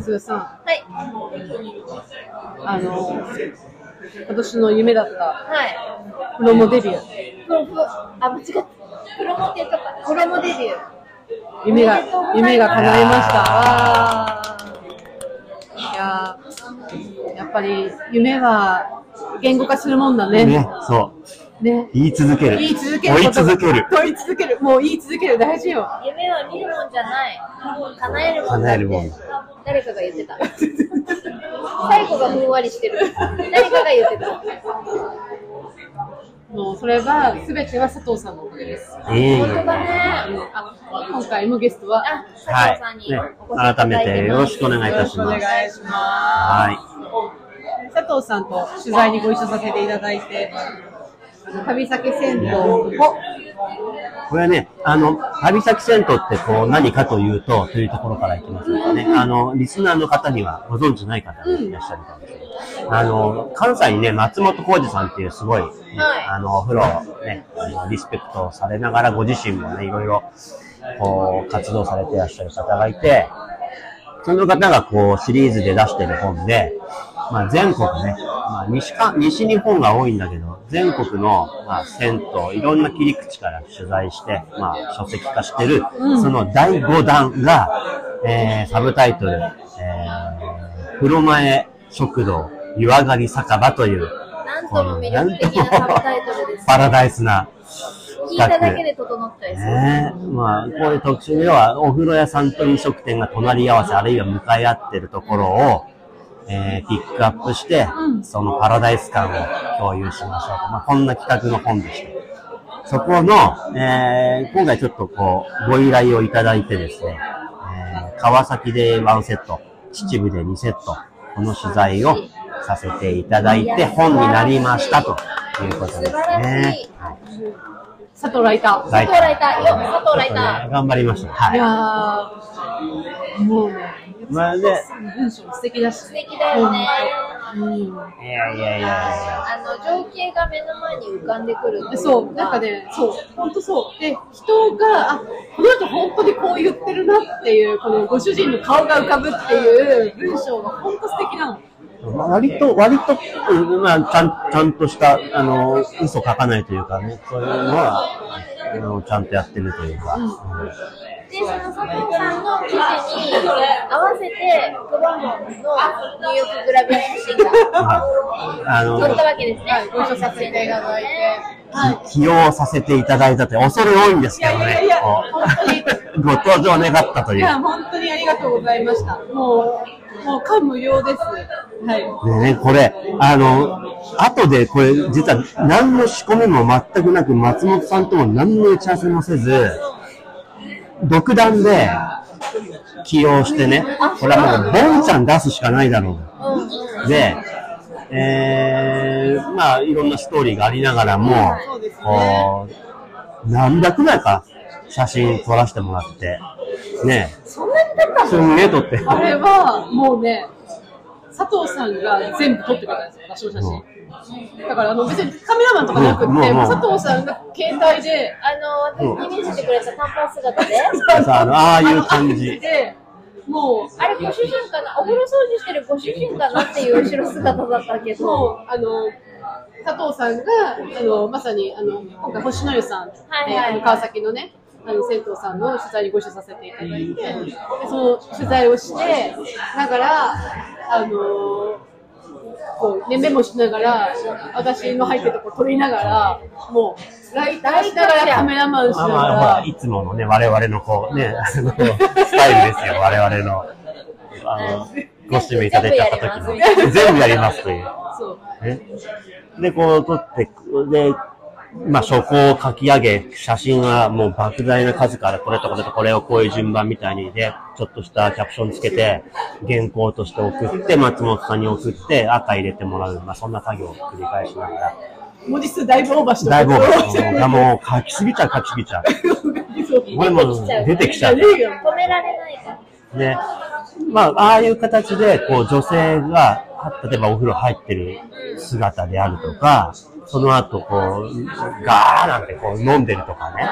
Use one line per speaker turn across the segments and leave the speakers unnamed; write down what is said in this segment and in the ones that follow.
すーさ
はい。
ん、あの、今年の夢だった
は
プロモデビュー、
い。プロプ、あ、間違った。プロモっていうか、プロモデビュー。
夢が
おめでとうございます
夢が叶いました。わーいやーやっぱり夢は言語化するもんだね。
ね、そう。
ね
言い続ける。
言い続ける
追い
こと
続ける。
問い続ける。もう言い続ける。大事よ。
夢は見るもんじゃない。叶えるもん
叶
だっ
えるもん
て。誰かが言ってた。最後がふんわりしてる。誰かが言ってた。
もうそれは、すべては佐藤さんのおかげです。
いえいえ
本当だね。
あ今回のゲストは、
あ、佐
は
藤さん
い、
に
ね
お越しいただいてます。
改めてよろしくお願いいたし
よ
ま
ろ
す
くお。願いします。
は
佐藤さんと取材にご一緒させていただいて、あの旅先銭湯を、
い。これはね、あの、旅先銭湯ってこう何かというと、というところからいきますのでね、あの、リスナーの方にはご存知ない方がいらっしゃるかもしれない。あの、関西にね、松本浩二さんっていうすごい、ね
はい
あの、お風呂をね、あのリスペクトされながらご自身もね、いろいろ、こう、活動されていらっしゃる方がいて、その方がこうシリーズで出してる本で、まあ、全国ね、まあ、西か西日本が多いんだけど、全国の、まあ、銭湯、いろんな切り口から取材して、まあ、書籍化してる、その第5弾が、えー、サブタイトル、えー、風呂前食堂、湯上がり酒場という、
なんとも魅力的なサブタイトルですね
パラダイスな
聞いただけで整っちゃいそう。
ねえ、まあ、こういう特殊では、お風呂屋さんと飲食店が隣り合わせ、あるいは向かい合ってるところを、えーピックアップして、そのパラダイス感を共有しましょうと。まあ、こんな企画の本でした。そこの、えー今回ちょっとこう、ご依頼をいただいてですね、えー川崎で1セット、秩父で2セット、この取材をさせていただいて、本になりましたということです
素晴らし
ね
い。
はい
佐藤ライタ
佐藤ライター、よ、佐藤ライ
ちょっとね
タ
頑張りました。
ー。い
は
やー、もうね、
い。まあ、で、い
文章素敵だし。
ー。素敵だよね。
うん
やいやいやいや。
あの、情景が目の前に浮かんでくるっていか
そう、なんか。ね、そう、本当そう。で、人が、あ、この人本当にこう言ってるなっていう、このご主人の顔が浮かぶっていう文章が本当素敵なの。
まあ割と、割と、うんまあ、ちゃん、ちゃんとした、あの、嘘書かないというかね、そういうのは、あのちゃんとやってるというか。
で、その佐藤さんの記事に合わせて、クバモンのニューヨークグラビア写真が
はいあ
撮った
の、
わけですね。
はい、ご一緒させていただいて。はい。
起用させていただいたって、恐れ多いんです
い
け
や
ど
いや
ね
いや、
こ
本当に。
うご登場願ったと
い
いう。
や、本当にありがとうございました。もう、もう感無量です。は
でね、これ、あの、後でこれ、実は何の仕込みも全くなく、松本さんとも何の打ち合わせもせず、独断で起用してね、これはもう、ボンちゃん出すしかないだろう。で、えー、まあ、いろんなストーリーがありながらも
そうです、
こう、何百枚か写真撮らせてもらって、ね、
い。そんなにだった
すんげえ撮って。
あれは、もうね、佐藤さんが全部撮ってくれたんですよ、私の写真。だから、あの、別にカメラマンとかなくって、
うんうんうん
もう佐藤さんが携帯で、
あの、私に見せてくれた短パン姿で、
さあのああいう 感じ。
で、もう、
あれご主人かなお風呂掃除してるご主人かなっていう後ろ姿だったけど、
もう、あの、佐藤さんが、あの、まさに、あの、今回星野湯さん、
いはい
えーあの川崎のね、あの、銭湯さんの取材にご一緒させていただいて、でその取材をして、だから、あのこうね、メモしながら、私の入ってるとこ撮りながら、もう、ライターしながらカメラマンしな
まあ
が
まあ、ほら、
ら、
いつものね、我々のこう、ね、あの、スタイルですよ、我々の。あの、ご指名いただいちゃった時の。全部やりますという。
そう。
ね、で、こう撮って、で、まあ、書庫を書き上げ、写真はもう莫大な数からこれとこれとこれをこういう順番みたいにで、ちょっとしたキャプションつけて、原稿として送って、松本さんに送って、赤入れてもらう。まあ、そんな作業を繰り返しながら。
文字数だいぶオーバーして
だいぶ、もう書きすぎちゃう書きすぎちゃう。もうもう出てきちゃう。
止められないから。
ね。まあ、ああいう形で、こう、女性が、あ例えばお風呂入ってる姿であるとか、その後、こう、ガーなんてこう、飲んでるとかね。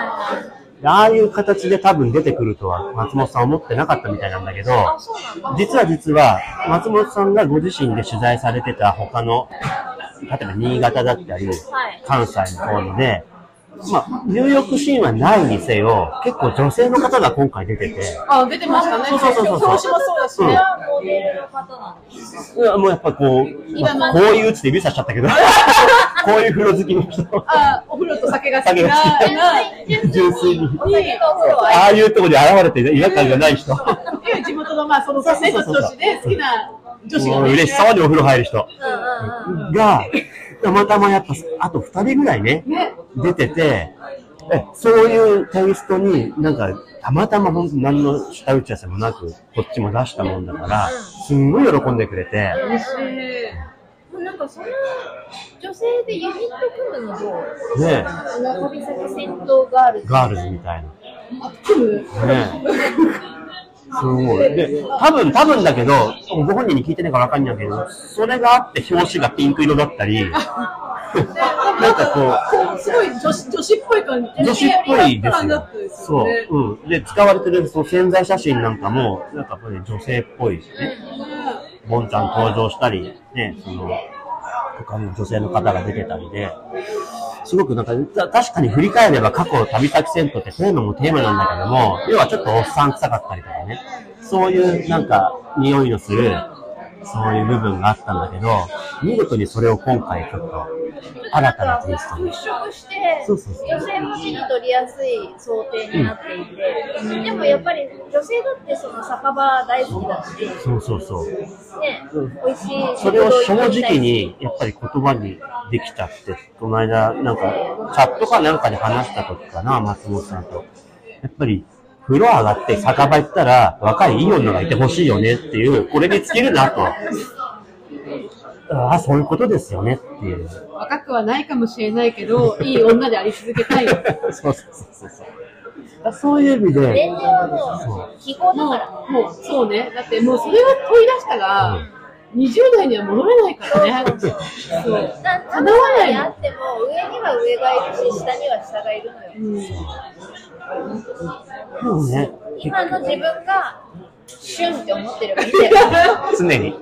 でああいう形で多分出てくるとは松本さん思ってなかったみたいなんだけど、
あ、そうなんだ。
実は実は、松本さんがご自身で取材されてた他の、例えば新潟だったり、
い
関西の方で、まあ、ニューヨークシーンはないにせよ、結構女性の方が今回出てて、
あ、出てましたね。
そうそうそうそう
広島そうだし
それ
ね。
はモデルの方なんです。
うわもうやっぱこう、
今
まあこういううちで指さしちゃったけ ど、こういう風呂好きの人、
あ、お風呂と酒が好きな。
酒
えな
純粋に。
お酒とお風呂は
ああいうとこに現れて違和感がない人。も
で地元のまあその
そうそう
生
そ
徒
うそう
同士で好きな女子が
う
ね
嬉しそうにお風呂入る人。
うんうんうん。
が、たまたまやっぱ、あと2人ぐらいね、
ね
出てて、えそういうテイストに、なんか、たまたま本当何の下打ち合わせもなく、こっちも出したもんだから、すんごい喜んでくれて、
嬉しい。
なんかその女性でユニット組むのも、
ね
あの旅先戦闘ガールズ。
ガールズみたいな。
組む
ねそう思う。で、多分、多分だけど、ご本人に聞いてないからわかんないけど、それがあって表紙がピンク色だったり、なんかこう、
こうすごい女子女子っぽい感じ。
女子っぽいで
感
す
じだ
よ
ったです。よ
そ
ね。
う。うん。で、使われてるその潜在写真なんかも、なんかこれ女性っぽいしね。ボンちゃん登場したり、ね、その、他の女性の方が出てたりで、すごくなんか、た確かに振り返れば過去旅先戦闘ってテーマもテーマなんだけども、要はちょっとおっさん臭かったりとかね、そういうなんか匂いのする、そういう部分があったんだけど、見事にそれを今回ちょっと新たなテイストに
払拭して
そうそうそう
女性も手に取りやすい想定になっていて、でもやっぱり女性だってその酒場大好きだし、ね、
そうそうそう。
美味しい
それを正直に、やっぱり言葉にできたって、この間、なんか、チャットかなんかで話した時かな、松本さんと。やっぱり、風呂上がって酒場行ったら、若いいい女がいてほしいよねっていう、これに尽きるなと。ああ、そういうことですよねっていう。
若くはないかもしれないけど、いい女であり続けたい。
そうそうそうそう。そういう意味
年
で、
齢はもう記号だ
も
から
う、もう、そうね。だってもうそれを問い出したら、20代には戻れないからね。そう。
な
叶わない
にあっても上には上がいるし下には下がいるのよ
うん、
もうね、
今の自分が旬って思ってればいいん だよ
常に。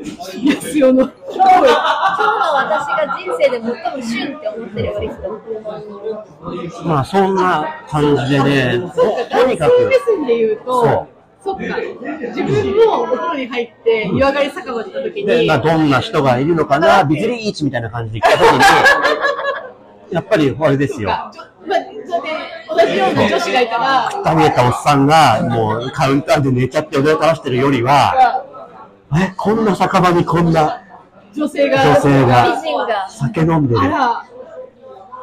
安代の。
今日の私が人生で最も旬って思ってればいい人
まあ、そんな感じでね、
そうか、
とと
男
にか
性
く
目。線で言うと、
そう
そっか、自分もお風呂に入って、湯上がり酒場に行った時
で、
に、
まあ、どんな人がいるのかな、ビジリーチみたいな感じで来た時に、やっぱりあれです
と
よ。
かちょまあ、そうやって同じように女子がいたら、
くたびれたおっさんが、もうカウンターで寝ちゃって踊り垂らしてるよりは、え、こんな酒場にこんな
女性が、
女性
美
が
人がス
酒飲んでる
あ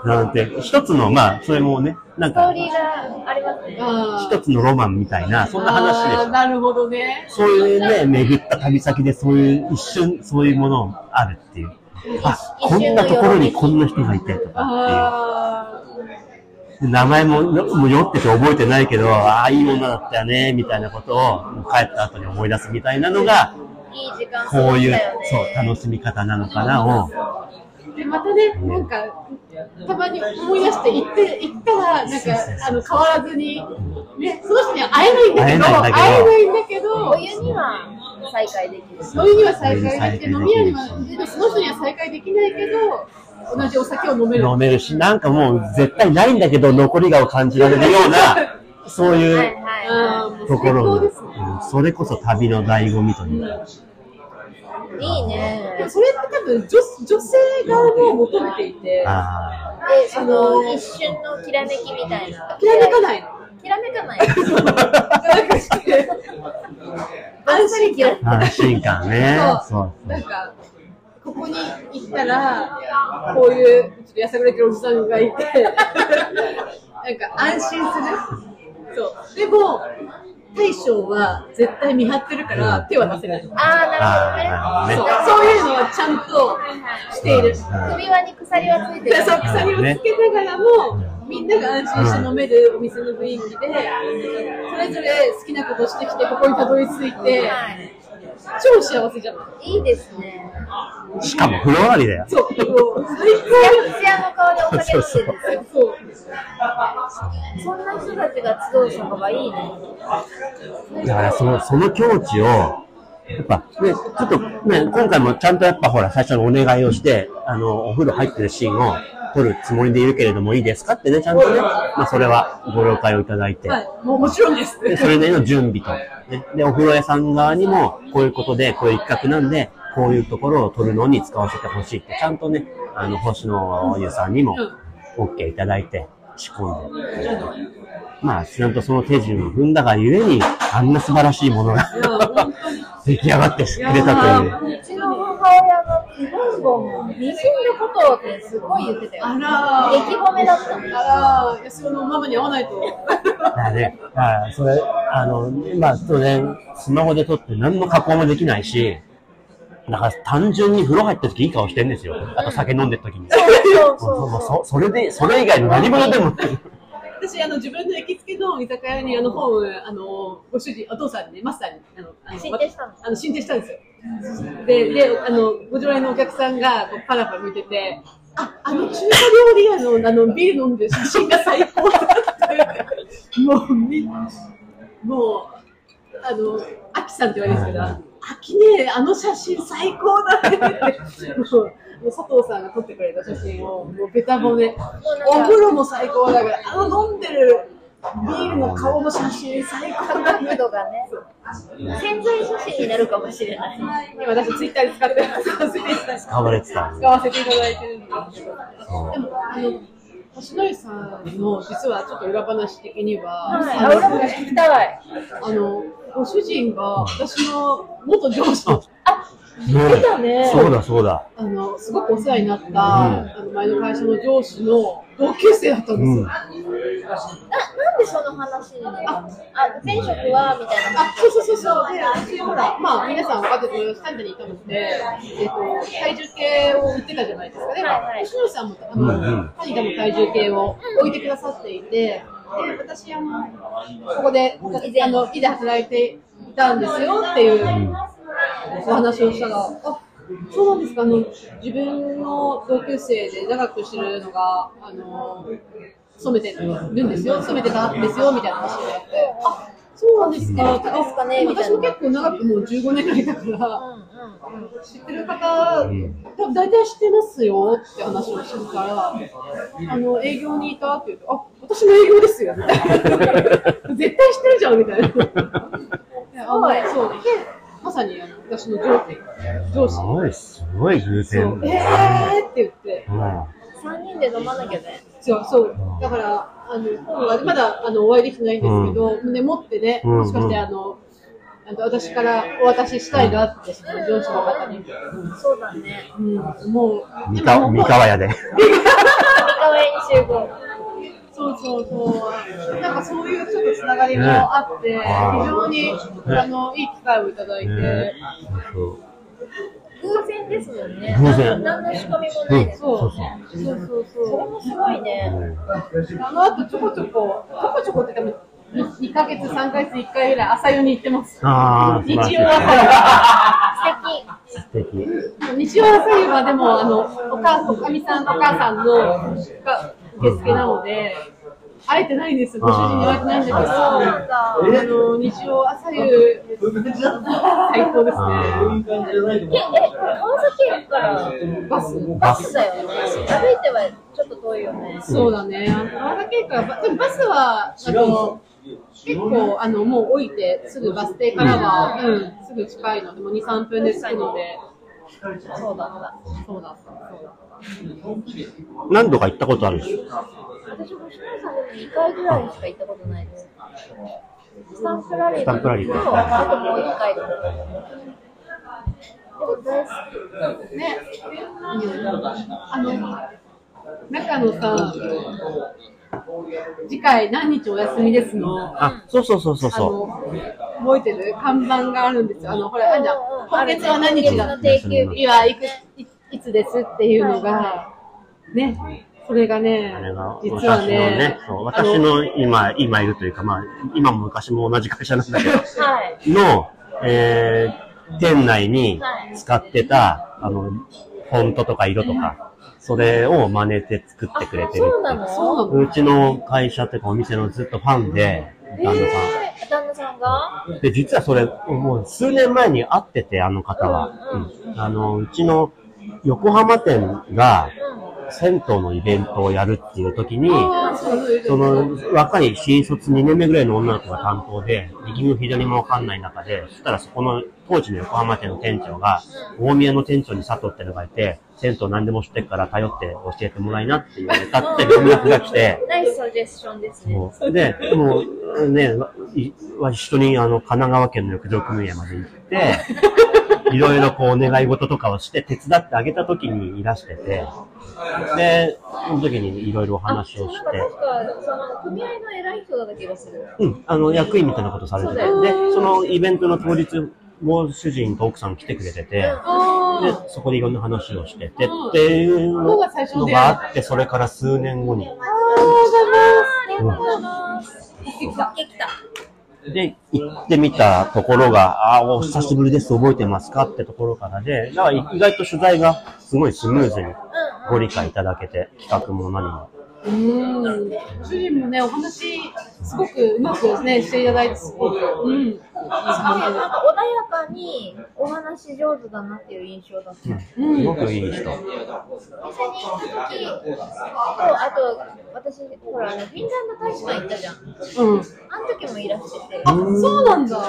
ら、
なんて、一つの、まあ、それもね、なん
トー
か、
リーがありますね
あ
一つのロマンみたいな、そんな話で
あー
した。
なるほどね。
そういうね、巡った旅先でそういう、一瞬、そういうものあるっていう。あ、こんなところにこんな人がいてとかっていう。
あ
名前ももう酔ってて覚えてないけど、ああ、いい女だったよね、みたいなことを帰った後に思い出すみたいなのが、
いい時間過
こ
ご
う
し
いう
たよ、ね
そう、楽しみ方なのかなを、
ーで、またね、なんか、たまに思い出して行って、行ったら、なんか、あの、変わらずに、ね、その人には会えないんだけど、会
会え
え
な
ないんだけど
お、湯には再会できるし
飲みには再会できて、飲み屋には、その人には再会できないけど、同じお酒を飲める。
飲めるし、なんかもう絶対ないんだけど、残りがを感じられるような、そう
はいいうはい
あーもう
と
最
こ
高
ろ
で
に
すね。
うんそれこそ旅の醍醐味というか、
い
でも
いね
それって多分女女性側も求めていて、
あ
でその一瞬のきらめきみたいな
きらめかないの。
きらめかない
なんかして、安心感。
あ、安心感ね。そうそ
なん
う。
か、ここに行ったら、こういう、ちょっとやさぐれてるおじさんがいて、なんか安心する。そう。でも、大将は絶対見張ってるから手は出せない。そう
ああなるほどね
そういうのはちゃんとしている。
首輪に鎖はついて
で
る
そう鎖をつけながらも、みんなが安心して飲めるお店の雰囲気で、それぞれ好きなことしてきて、ここにたどり着いて、
はい
超幸せじゃない。
いいですね
しかも風呂上がりだよ。
そう、もう最
ツヤツヤの顔でお酒飲んでるんですよ
高。そう。
そんな人たちが集う職場いいね。
だからその、その境地を、やっぱ、ね、ちょっとね、今回もちゃんとやっぱほら、最初のお願いをして、あの、お風呂入ってるシーンを撮るつもりでいるけれどもいいですかってね、ちゃんとね、まあそれはご了解をいただいて、
はい、もうもちろんです。
で、それなりの準備と、ね。で、お風呂屋さん側にも、こういうことで、こういう企画なんで、こういうところを撮るのに使わせてほしいって、ちゃんとね、あの、星野優さんにも、OK いただいて、仕込んで。まあ、ちゃんとその手順を踏んだがゆえに、あんな素晴らしいものが
いや、本当に。
出来上がってくれたという。
うちの母親がボンボンも滲んだことをってすごい言ってたよ。
あ
激
らー。
褒めだったの。
あらー、安代のママに会わないと。
だからね、まあ、それ、あの、まあ、当然、スマホで撮って何の加工もできないし、だから単純に風呂入った時いい顔してんですよ。あと酒飲んでる時に。
そう
そ
そ
うそうう
そう。
そそれで、それ以外の何者でも。
私、あの、自分の行きつけの居酒屋に、あの、本、あの、ご主人、お父さんにね、マスターに、あの、あの
進呈したの
あの、進呈したんですよ。で、で、あの、ご常連のお客さんが、こう、パラパラ見てて、あ、あの中華料理屋の、あの、ビール飲んでる写真が最高だって、もう、み、もう、あの、アキさんって言われるんですけど、アキね、あの写真最高だねって、もう、もう佐藤さんが撮ってくれた写真を、もうベタボネ、お風呂も最高だから、あの飲んでるビールの顔の写真最高だね
角。度がね、潜在写真になるかもしれない。
今私ツイッターで使ってます。使わせていただいて
使われてた。
使わせていただいてるんですけど。
そ
で
う
も、あの、星野さんの実はちょっと裏話的には、
はい、
あ
あ、
の
俺も聞きたい。
あの、ご主人が私の元上司の、
ね
出たね
そうだそうだ。
あの、すごくお世話になった、あの前の会社の上司の同級生だったんですよ。
うん
ななんでその話になるのあ、前職はみたいな。
あ、そうそうそうそう。で、私ほら、まあ皆さん分かってると思います。タンタにいたので、えっ、と体重計を売ってたじゃないですか。で、
はいはい
星野さんもあ
う
の、
んうん
タニタの体重計を置いてくださっていて、で、私あのここであの以前働いていたんですよっていう。お話をしたら、あそうなんですか、あの自分の同級生で長くしてるのが、あの勤めてるんですよ、勤めてたんですよみたいな話をやって、あそうなんですか、
んですかねみた
私
いな
も結構長くもう15年ぐらいだから、
うんうんうん。
知ってる方、多分大体知ってますよって話をしてたら、あの営業にいたって言うと、あ私の営業ですよみ たいな、絶対知ってるじゃんみたいな。
ごい
そうでまさにあの私の上司上
す
司
ごい、すごい偶
そう
然。
えーって言って、
うん
三人で飲まなきゃね。
そう、そう、だから、あの、本はまだ、あの、お会いできてないんですけど、ね、持ってね、
うんうん
もしかして、あの。あの私からお渡ししたいなって、その上司の方に。
そう だね。
うん、もう。
三河三河屋で。
三河屋に集合。
そうそうそう、なんかそういうちょっとつながりもあって、非常に、あの、いい機会をいただいて。
ねそう
偶然ですもんね。
偶然
何の仕込みもないです。
そう、
そう
そうそう
それ
そ
もすごいね。
う、あの後ちょこちょこ、ちょこちょこって、でも。2ヶ月、3ヶ月、1回ぐらい朝湯に行ってます。
ああ、
日
素晴
曜朝
らし
湯。
素敵。
い。素敵。
日曜朝夕はでもあのお母おかみさんお母さんのが受付なので会えてないんですよご主人に会えてないんだけど
そうなん
あ
だ。
の日曜朝夕最高です
あ
え、え、川崎駅から
ねバス
バスだよね。歩いてはちょっと遠いよね。
そうだね川崎駅からバでもバスはあの結構あのもう降りてすぐバス停からは、うん、すぐ近いのでもう23分で着くので
そうだった。
そうだそうだ
何度か行ったことあるでしょ。
私、星野さんでも2回ぐらいしか行ったことないです。スタンプラリー
スタンプラリー
と、あともう1回。でも大好
ね、あの、中のさ、次回何日お休みですの、
あ、そうそうそうそう
あ
そ
の、覚えてる看板があるんですよ。あの、ほら、あるじゃん
うんうん
今月は何日だ
今月の定休
次はいくいいつですっていうのが、ね、それがね
う。あれが、、
実は
私の
ね
ね、そう、私の今、今いるというか、まあ、今も昔も同じ会社なんだけど、
き。はい。
の、えー店内に使ってた、あの、フォントとか色とか、それを真似て作ってくれてる
あそうな
っ
の
て。
そうなの
うちの会社っていうかお店のずっとファンで、旦那さ
えー、旦那さんが
ん。で、実はそれ、もう数年前に会ってて、あの方は。うんあの、うちの横浜店が
う
銭湯のイベントをやるっていう時に、
あーそうな
そ
の
の若い新卒2年目ぐらいの女の子が担当で、右も左もわかんない中で、そしたらそこの当時の横浜店の店長が、大宮の店長に佐藤ってのがいて、銭湯何でも知ってるから頼って教えてもらいなって言われたって連絡が来て、
ん。ナイスサジェスションですね。
もうで、もう、ね、わいわ一緒にあの、神奈川県の浴場組合まで行って、いろいろこう、お願い事とかをして、手伝ってあげた時にいらしてて、で、その時にいろいろお
あ、
話
そう
を
なん
し
か
て、
確か、その、組合の偉い人だった気がする。
うん、あの、役員みたいなことされてて、で、そのイベントの当日も主人と奥さん来てくれてて、で
あ、
そこでいろんな話をしてて、
うん
っていうの
が最初の出会い
があって、それから数年後に。
ありがとうございます。行ってきた。行ってきた。
で、行ってみたところが、あーお久しぶりです、覚えてますかってところからで、だから意外と取材がすごいスムーズにご理解いただけて、企画も何も。
うん。主人もね、お話、すごくうまくね、していただいて、すごく。うん。いい
なんか
感
穏やかにお話上手だなっていう印象だった。
うん
すごくいい
実
人。
際に行った時と、あと、私、ほら、あのフィンランド大使館行ったじゃん。
じ。うん。
あの時もいらしてて。
あ、そうなんだ。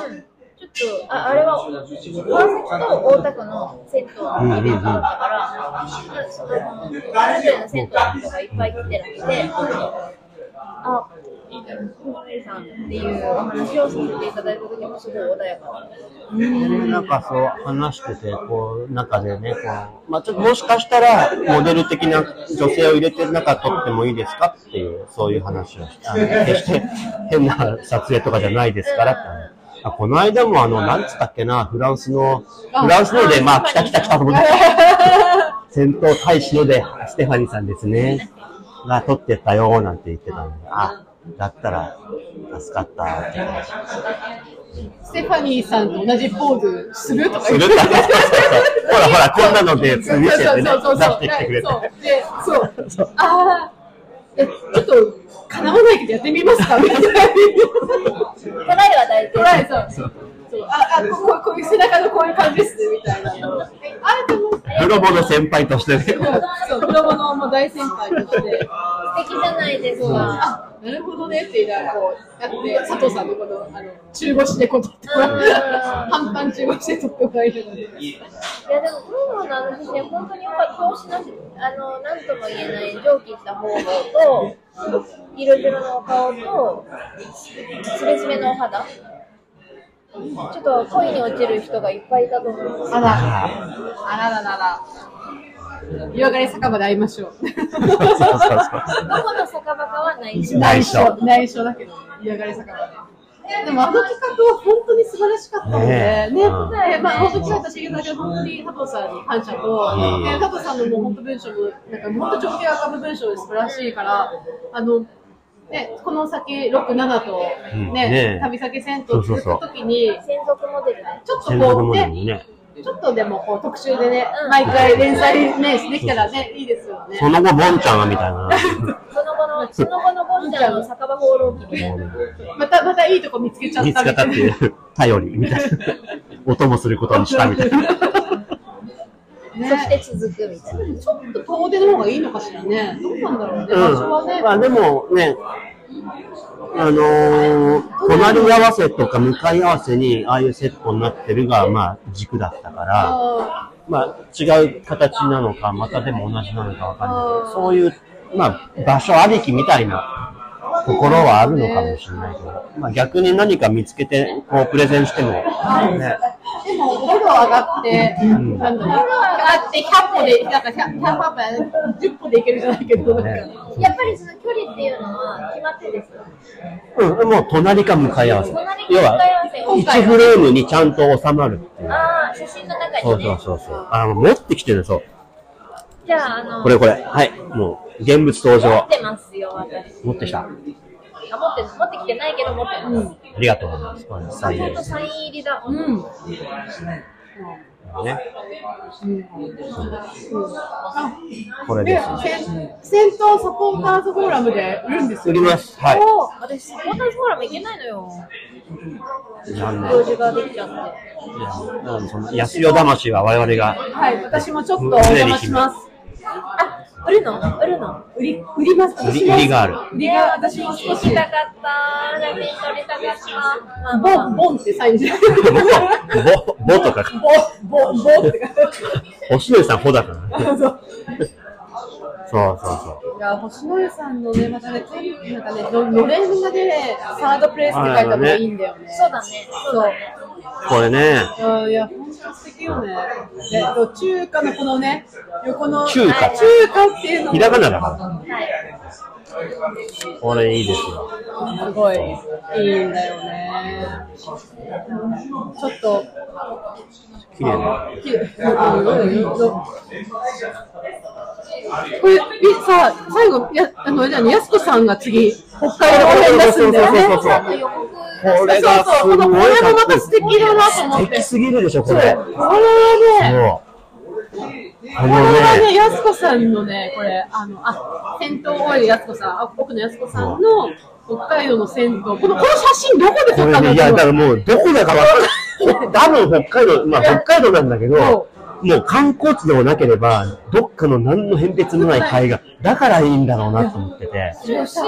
ちょっと、ああれは、川崎と大田区の銭湯のイベントだったから、その、それぞれの銭湯の人がいっぱい来てらして、あ、ふみさんっていうお話をさせていただいた時もすごい穏やかで
なんかそう話してて、こう、中でね、こう、まあ、ちょっともしかしたら、モデル的な女性を入れて中撮ってもいいですかっていう、そういう話をして、あの、決して変な撮影とかじゃないですからって。あこの間もあの、なんつったっけな、フランスの、フランスので、まあ、来た来た来たと思って、戦闘大使ので、ステファニーさんですね、が撮ってたよ、なんて言ってたんで、あ、だったら、助かった、って言って。
ステファニーさんと同じポーズするとか
す
言
る
っ
か
て
ら、ほらほら、こんなので、見せてね、出
そうそうそうそう
してきてくれて。
そうでそうああちょっとかなわないけどやってみますかみたいな
トライは大
ト
事。
ライそうそうああこうこういう背中のこういう感じですねみたいなあでも
プロボの先輩としてね。
そうプロボのもう大先輩として
素敵じゃないです
そう
か。
あなるほどねって言いながらこうやって佐藤さんのこのあの中腰でこう撮ってもらって半端中腰で撮ってもらいながら。
いやでも、ブームのあの写真、本当によかった。投資なし、あの、なんとも言えない蒸気した方がと、色白のお顔と、すべすべのお肌。ちょっと恋に落ちる人がいっぱいいたと思うんです
あら、あらららら。湯上がり酒場で会いましょう。
そうそうそう
どこの酒場かはないです。
内緒。
内緒だけど、湯上がり酒場で。でもあの企画は本当に素晴らしかったので、
ね
ね、
え
ね
うん
まあ本当に私言うだけど、本当に加藤さんに感謝と、
うん
で加藤さんのもう本当文章も、なんか本当情景赤部文章で素晴らしいから、あの、ね、この先6、7と
うん
ね、
ねえ
旅先銭湯
そう
作
そ
っ
うそう
た時に、
専属モデルね。
ちょっ
専
と
属
こ
モ
う、
デル
ね
に、ね。
ちょっとでもこう特集でね
う、ん
毎回連載ね、できたらね、いいですよね。
その後、ボンちゃんはみたいな。
その後の、その後のボンちゃんの酒場放浪記みたいな。
また、またいいとこ見つけちゃった
見
み
つ
た
か
い
った
な。
っていう、頼りみたいな。音もすることにしたみたいな。
そして続くみたいな。
ちょっと遠出の方がいいのかしらね。どうなんだろうね。場所は
う
ね。
ん。まあでもね、あのー隣り合わせとか向かい合わせに、ああいうセットになってるが、まあ、軸だったから、
あ
まあ、違う形なのか、またでも同じなのかわかんないけど、そういう、まあ、場所ありきみたいなところはあるのかもしれないけど、まあ、逆に何か見つけて、こう、プレゼンしても、ね、
ーでも、お風呂上がって、
ん
なんだろう。あって、100歩で、なんか 100, 歩10歩でいけるじゃないけど、なん
ね
か。
やっぱりその距離っていうのは決まってですよ。
うん、もう隣か向かい合わせ。
隣に
要
向かい
は
合わせ、を。
1フレームにちゃんと収まるっていう。
ああ、写真の中
そ
にね
うそう。そうそう。あ、持ってきてる、そう。
じゃあ、あの、
これこれ。はい。もう、現物登
持っ
場。
てますよ、私。
持ってきた。
あ持って持ってきてないけど持ってます。
ありがとうございます。これ、
あ、
サイン
本
で
当
す。
サイン入りだ。
うん。
よね。
うん
これ
で
ですね。
戦戦闘サポーターズフォーラムで売るんです
売
よ
り
ね、
ます。はい。
おー私、サポーターズフォーラム行けないのよ。
残念。
用
い
事ができちゃって。
や、なんでその、安代魂は我々が、
はい、私もちょっとお邪魔します。
あ、売るの売るの
売り、売ります。
売り売りがある。
売りが、私も
少
少
し
し
痛
だ
かった。写真撮りたかった。まあま
ボ
あ
ン、ボンってサインじゃない。
ぼ、ぼ、ぼとか、
ボン、ボン、ボンって。
星野さんほだからね。そうそうそう。
いや、星野湯さんのね、またね、なんかね、ののれんがね、サードプレイスって書いたのがいいんだよね。
そうだね。そうだね。
これね、
うんいや、本当に素敵よね。えっと、中華のこのね、横の。
中華
中華っていうのも
ひらがなだか
はい。
ら。これいいですよ。
すごい、いいんだよね。ちょっと、
綺麗な。
きこれ、えさ、最後、や、あの、じゃあね、やすこさんが次、北海道編出すんだよね。
そうそうそうそう
あと予告。
こ
そ
れ
う
が
そう
す
こ
ごい
のこれもまた
かっ
素敵だなと
こい
思っ
い素敵
て。
すぎるでしょ、こ
そう、こ
れ。
れ
もう。
はね、これは
あ
ね、
のね、
やすこさんのね、これ、あの、あ、銭湯オイルやすこさん、あ、僕のやすこさんの北海道の銭湯、この、この写真どこで
こ
撮ったの
れね、いや、だからもう、どこだかわからない。多分北海道、まあ北海道なんだけど
そ、
もう観光地でもなければ、どっかの何の変哲もない海岸、だからいいんだろうなと思ってて、
CD のジ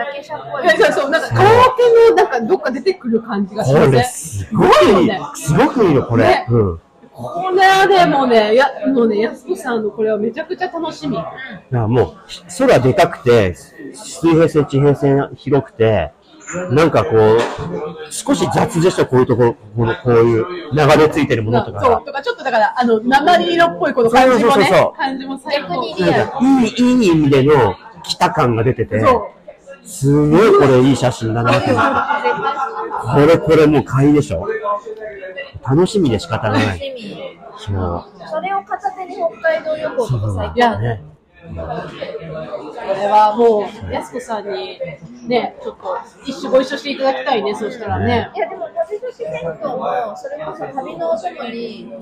ャケ写っぽい。
いや、そうそう、なんか、カラオケの、なんか、どっか出てくる感じがし
こ
ま
れ
すね。
すごい、すごくいいよ、これ
ね。
うん。
これはね、もうね、や、もうね、やすこさんのこれはめちゃくちゃ楽しみ。
だからもう、空でかくて、水平線、地平線広くて、なんかこう、少し雑でしょ、こういうところ、このこういう流れついてるものとか
そう、
が。
とか、ちょっとだから、あの、鉛色っぽいこの感じもね
そうそうそうそ、う
感じも最高。
逆に
なんかいい、いい意味での来た感が出てて、
そう。
すごいこれいい写真だなって思った。これこれもう買いでしょ楽しみで仕方がな
楽
い。
しみ。
そう。
それを片手に北海道旅行とか最
い
近。
や、
ね。
これはもう、やすこさんに、ね、ちょっと、一緒ご一緒していただきたいね、そうしたらね。
いや、でも旅女子銭湯も、それこそ旅のお供に、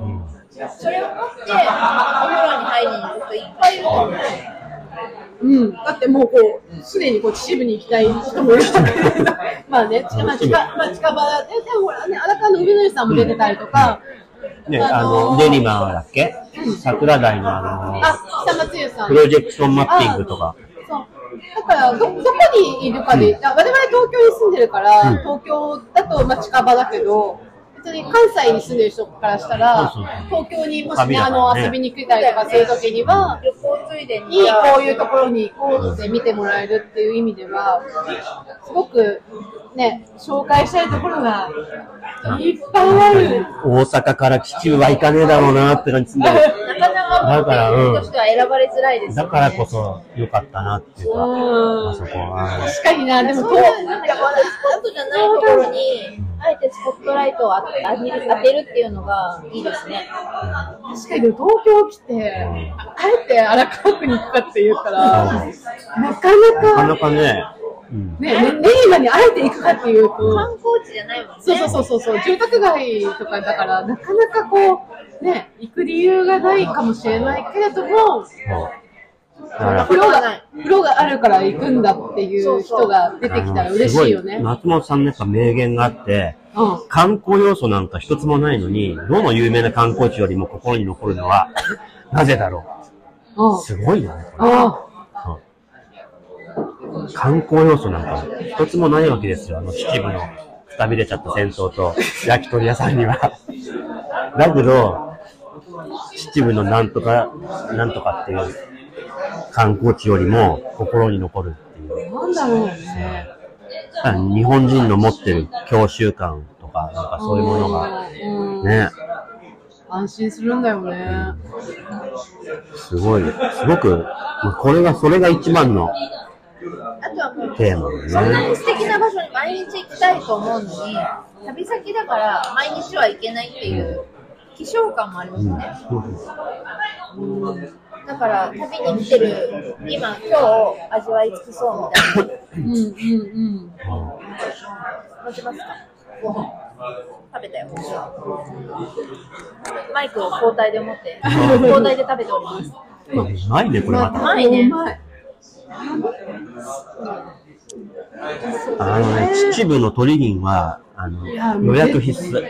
それを持って、お風呂に入りに行く人いっぱいいると思う。
うん。だってもう、こう、すでにこう、秩父に行きたい人もいる からまあね、近まあ近まあ、近場で、でもほらね、荒川の海の湯さんも出てたりとか、
ね、あの、デニマーだっけ桜台のあの、
あ、久松湯さん
プ。ロジェクションマッピングとか。
そう。だからど、どこにいるかで、あ我々東京に住んでるから、東京だとまあ近場だけど、別に関西に住んでる人からしたら
そうそう、
東京にもし
旅
ね、
だ
あ
からね
の、遊びに来たりとかするときには、
旅行ついでに。
いい、こういうところに行こうって見てもらえるっていう意味では、すごくね、紹介したいところがいっぱいある。
大阪から秩父は行かねえだろうなって感じするんだけ
なかなか、
だからうん
としては選ばれづらいですよね。
ど、だからこそ良かったなっていうか、
う
あ
ん
そ。こは。
確かにな、でも
そう
こ
いう
う、
なんかこうスポットじゃないところに、あえてスポットライトを当て当てる当てるっていうのがいいですね。
確かにでも東京来て、あえて荒川区に行くかって言ったら、
うん
なかな
なか
か、
なかね、うん、
ね、ね練馬にあえて行くかっていうと、
観光地じゃないもんね。
そうそうそうそうそう、住宅街とかだから、なかなかこう、ね、行く理由がないかもしれないけれども、
そう。だから
風呂が、風呂があるから行くんだっていう人が出てきたら嬉しいよ
あ
ね
のす。ご松本さんのやっぱ名言があって、
うん。
観光要素なんか一つもないのに、どの有名な観光地よりも心に残るのは、なぜだろ
うん
う。。すごいよね、これ。
あ
そう観光要素なんか一つもないわけですよ、あの秩父のくたびれちゃった銭湯と焼き鳥屋さんには。 だけど、秩父のなんとか、なんとかっていう観光地よりも心に残るっていう。
あ、なんだろうね。
多分日本人の持ってる教習感とか、なんかそういうものが、
うん
ね、
安心するんだよね。
すごい、すごく、まあこれが、それが一番の
あとはもう、
テーマ
そん
だ
な
ね
に。素敵な場所に毎日行きたいと思うのに、旅先だから毎日は行けないっていう希少感もあります
うん
ね。だから旅に来てる、今、今日味わい尽くそうみたいな。
うんうんうん。
持ちますかご飯。食べたよ。マイクを交代で持って、交代で食べております。
うまいね、これまた。
まいね
うまい。
あのね、秩父の鳥銀は、あの、
いや
予約必須。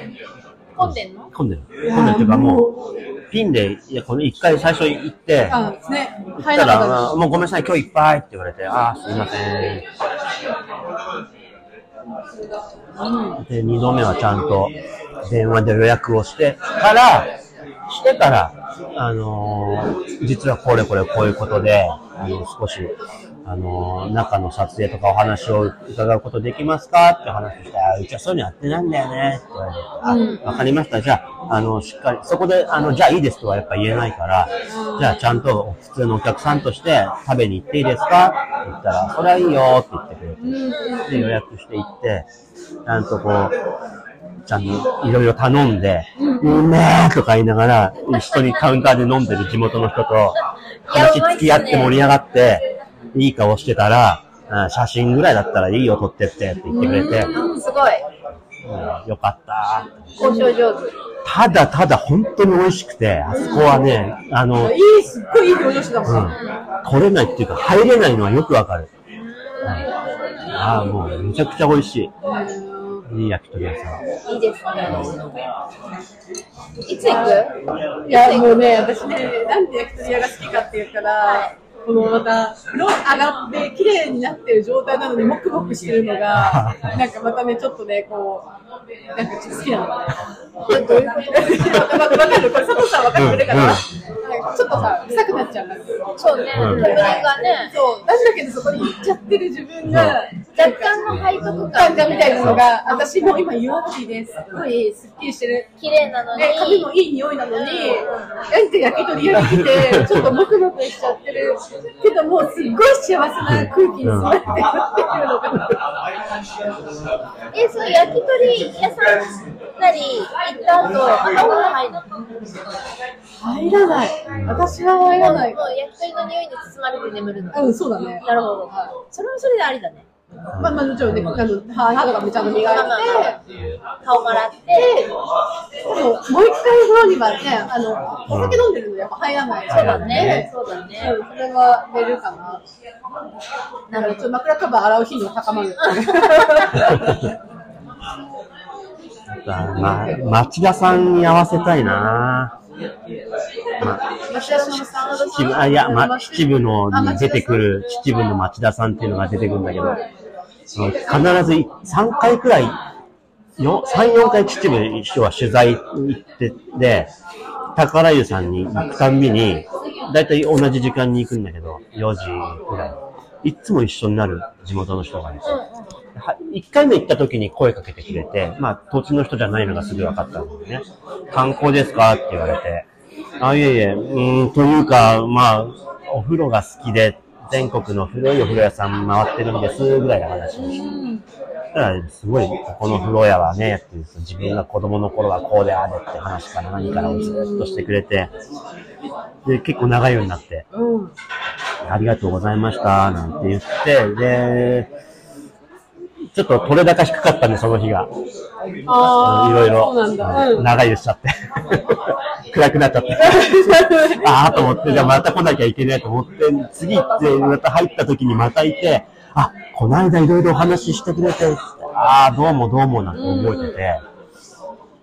混んでんの
混んでる。
いや
混んでるっていうかも
も
う、ピンで、いや、この一回最初行って、
あ、ね、
行っ
入
た
らな
ら、
かっ
あもうごめんなさい、今日いっぱいって言われて、ああ、すいません。で、二度目はちゃんと電話で予約をしてから、してから、あのー実はこれこれこういうことで、あの、少し、あのー中の撮影とかお話を伺うことできますかって話をして、あ、うちはそういうのやってないんだよね、って言われて、あわかりました。じゃあ、あの、しっかり、そこで、あの、じゃあいいですとはやっぱ言えないから、じゃあちゃんと普通のお客さんとして食べに行っていいですかって言ったら、それはいいよって言ってくれて、で予約していって、ちゃんとこう、ちゃんといろいろ頼んで、うめーとか言いながら、一緒にカウンターで飲んでる地元の人と、話付き合って盛り上がって、いい顔してたら、あ写真ぐらいだったらいいよ、撮ってってって言ってくれて、うん
うんすごい。
よかったーって
交渉上手。
ただただ本当に美味しくて、あそこはね、あの
た。、いい、すっごいいい表情してたもん。
うん、取れないっていうか、入れないのはよくわかる。うんああ、もうめちゃくちゃ美味しい。いい焼き鳥屋さん。
いいですね。いつ行く
いや、もうね、私ね、なんで焼き鳥屋が好きかっていうから、このまた、色上がって、綺麗になってる状態なのに、もくもくしてるの が、なんかまたね、ちょっとね、こう、なんかちょっと好きなの。どういうことわかるこれ、佐藤さんわかってくれるか
うん
な
う
なんんかちょっとさ、臭くなっちゃうから。
そうね。
うん
自分がね、
そう、なんだけどそこに行っちゃってる自分が、
若干の背
感
徳感
がみたいなのが、私も今、湯起きですっごいすっきりしてる。
綺麗なのに
ね、、髪もいい匂いなのに、なんか焼き鳥屋に来て、ちょっともくもくしちゃってるけど、もうすっごい幸せな空気に吸われてるっていうのが、
え、そう、焼き鳥屋さんなり行った後、あ、お風呂入るの
入らない。私は入らない
も。う焼き鳥の匂いに包まれて眠るの。
うん、そうだね。
なるほど。それもそれでありだね。
まあ、まあ、もちろんね、あの、歯歯とかめちゃんと磨い
まあまあ
て、
顔洗って、
でも、もう一回風呂にはね、あの、お酒飲んでるのやっぱ入らない。
そうだね
そうだね。うんそれは出るかな。なるほど。枕カバー洗う頻度が高まる。
まあ、町田さんに合わせたいな。ま
町田忍さんはどう
秩父あいや、ま、秩父のに出てくる、秩父の町田さんっていうのが出てくるんだけど、その必ずい3回くらい、よ3、4回秩父に人は取材行ってで、宝湯さんに行くたんびに、だいたい同じ時間に行くんだけど、4時くらい。いつも一緒になる地元の人がいて。は一回目行った時に声かけてくれて、まあ、土地の人じゃないのがすぐ分かったんでね。観光ですかって言われて。あ、いえいえ、うーん、というか、まあ、お風呂が好きで、全国の古いお風呂屋さん回ってるんです、ぐらいの話をして。だから、すごい、ここの風呂屋はね、っていう自分が子供の頃はこうであれって話から何からをずっとしてくれて、で、結構長いようになって、
うん。
ありがとうございました、なんて言って、で、ちょっと取れ高低かったね、その日が。
ああ、
いろいろ
そうなんだ。うん。
長湯しちゃって。暗くなっちゃって。 ああ、と思って、じゃあまた来なきゃいけないと思って、次行って、また入った時にまたいて、あ、この間いろいろお話ししてくれて、ああ、どうもどうもなんて覚えてて、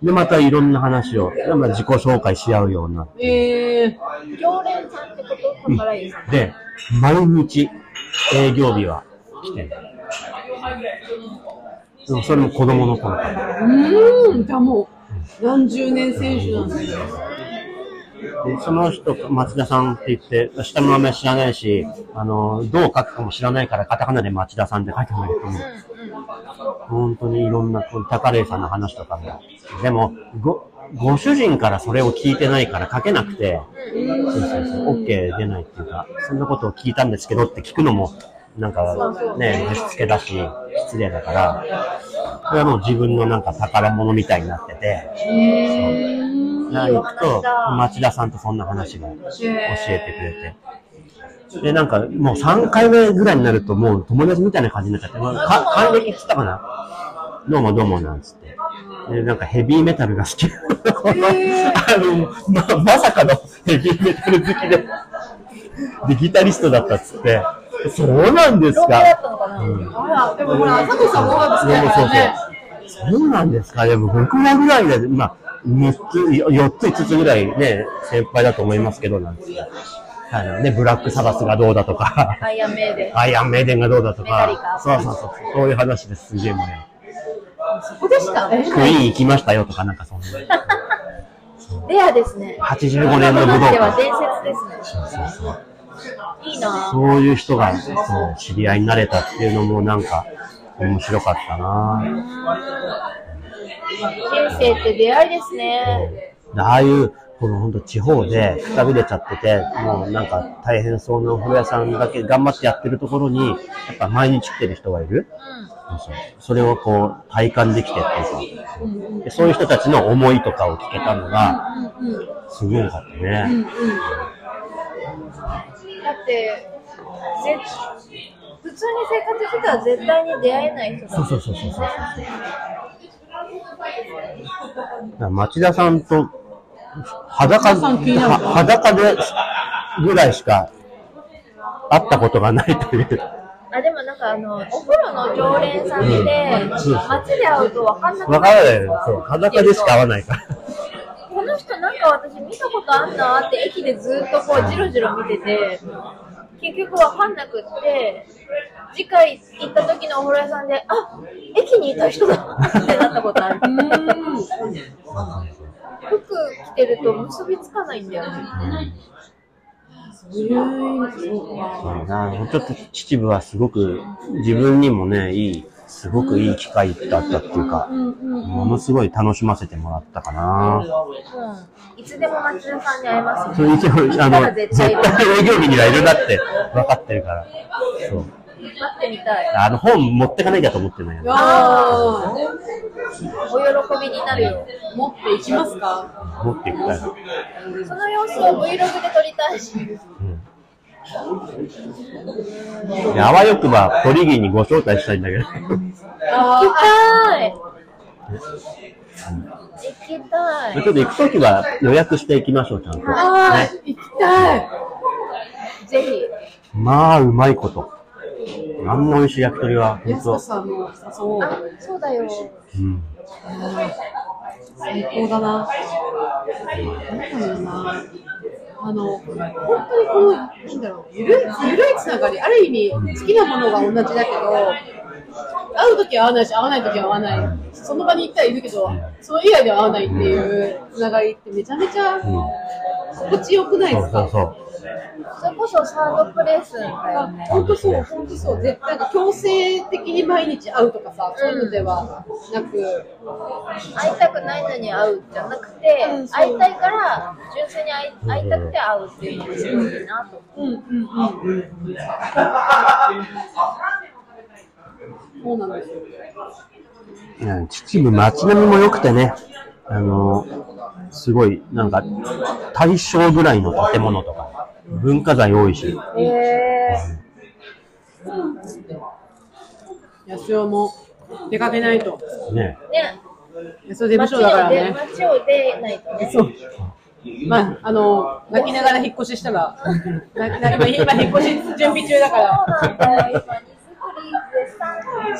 で、またいろんな話を、でまあ自己紹介し合うようになっ て。
ええ
常連さんってこと宝井さん。
で、毎日営業日は来てる。でもそれも子供の頃から。
うーん、じゃあもう、何十年選手なんだよ。
でその人、町田さんって言って、下の名前知らないし、あの、どう書くかも知らないから、カタカナで町田さんって書いてもらう本当にいろんな、こう高麗さんの話とかも。でも、ご、ご主人からそれを聞いてないから書けなくて、そうそうそう、OK 出ないっていうか、そんなことを聞いたんですけどって聞くのも、なんかね、ぶしつけだし、失礼だから、それはもう自分のなんか宝物みたいになってて、なると、町田さんとそんな話が教えてくれて。で、なんか、もう3回目ぐらいになると、もう友達みたいな感じになっちゃって、まあ、か還暦っつったかなどうもどうもなんつって。でなんかヘビーメタルが好き。
ー
あのま、まさかのヘビーメタル好きで、で、ギタリストだったっつって、そうなんです
老化だった
か。
のかな、
うん
あら、でもほら、佐藤さんも音楽好きだからね。
そうそうそう。そうなんですか。でも僕らぐらいで、まあ、6つ、4つ、5つぐらいね、先輩だと思いますけど、なんですよ。あのね、ブラックサバスがどうだとか、
アイアンメイデン。
アイアンメイデンがどうだと
メタリカ
か、そうそうそう、そういう話です。すげえもうね。
そこでしたね。
クイーン行きましたよとか、なんかそんな。
レアですね。
85年の武道
では
館。
伝説ですね。
そうそうそう。
いいな
そういう人が、そう、知り合いになれたっていうのもなんか、面白かったな
人生って出会いですね。
でああいう、この本当地方でくたびれちゃってて、もうなんか大変そうなお風呂屋さんだけ頑張ってやってるところに、やっぱ毎日来てる人がいる。そうそうそれをこう体感できてっていうかでそういう人たちの思いとかを聞けたのが、
うんうん
すごかったね。
だって、ぜ普通に生活してたら絶対に出会えない人だ
そうそうそうそうそうそう。だから町田さんと裸
町田さん気になる
は裸でぐらいしか会ったことがないという。
あでもなんかあのお風呂の常連さんで、
うんそうそう
街で会うと分かんなく
わ
な
から
る
ないよ。そう。裸でしか会わないから。
この人なんか私見たことあんなって駅でずっとこうジロジロ見てて結局分かんなくって次回行った時のお風呂屋さんであ駅にいた人だってなったことあ
う
る
ーん
服着てると結びつかないんだよね
うん
そういう
そうだなちょっと秩父はすごく自分にもね、いい、すごくいい機会だったっていうか、ものすごい楽しませてもらったかな。
うんいつでも町田さんに会えます
それ一応、あ
た
の、
ら
絶
絶対
対
いる
営業日にはいるなって分かってるから。そう。
待ってみたい
あの、本持ってかなきゃと思ってんだよ。
あ
お喜びになるよ
ー持っていきますか
持っていくから。
その様子を Vlog で撮りたいし
うん。であわよくば、鳥木にご招待したいんだけど。
行き
あ
たい行きたい
ちょっと行くときは予約していきましょう、ちゃんと。
ーあ
ね。
ー、行きたい
ぜひ
まあ、うまいこと。あんな美味しい焼き鳥は、ほん
安子
と。
さんのそう
あそうだよ
うん。
最高だな。なんだろうな。あの、本当にこの、なんだろう、ゆるい、ゆるいつながり、ある意味、好きなものが同じだけど、会うときは会わないし、会わないときは会わない。その場に行ったらいるけど、その以外では会わないっていうつながりってめちゃめちゃ
うん。
心地よくない
そ
で
う
す
そ
か
うそう。
それこそサードプレイスだよね
本当そう、本当そう、絶対なんか強制的に毎日会うとかさ、そういうのではなく、
会いたくないのに会うじゃなくて、
うんそう
会いたいから純粋に会い会いたくて会うっていうのがすごいなと思
うんうんうん。そうなんですよ。
うん秩父街並みも良くてね、あの、すごい、なんか、大正ぐらいの建物とか、文化財多いし、
う。へー
安尾も出かけないと。
ね。
ね、
安尾出まし
街
ょ
を
うだから
出
ね。
街を出ないとね。
そう。まあ、あの、泣きながら引っ越ししたら、泣きながら今引っ越し準備中だか
そう
ら、
なんだよ。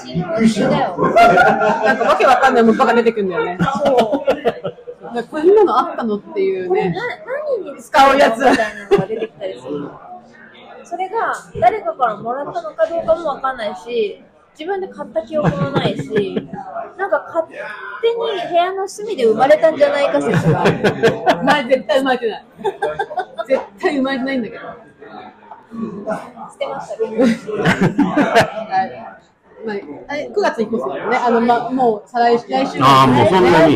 今荷造り絶賛中止だよ。
なんかわけわかんないもんばっか出てくるんだよね。そう。これ今のあったのっていう
これ
ね
な。何に
使うやつ
みたいなのが出てきたりする。それが誰かからもらったのかどうかもわかんないし、自分で買った記憶もないし、なんか勝手に部屋の隅で生まれたんじゃないか説がある。
前絶対生まれてない。絶対生まれてないんだけど。
捨てましたけど。
はい。まあ、あれ9月に引っ越すからね。あの、まあ、もう再来週、来週
あーもうそんな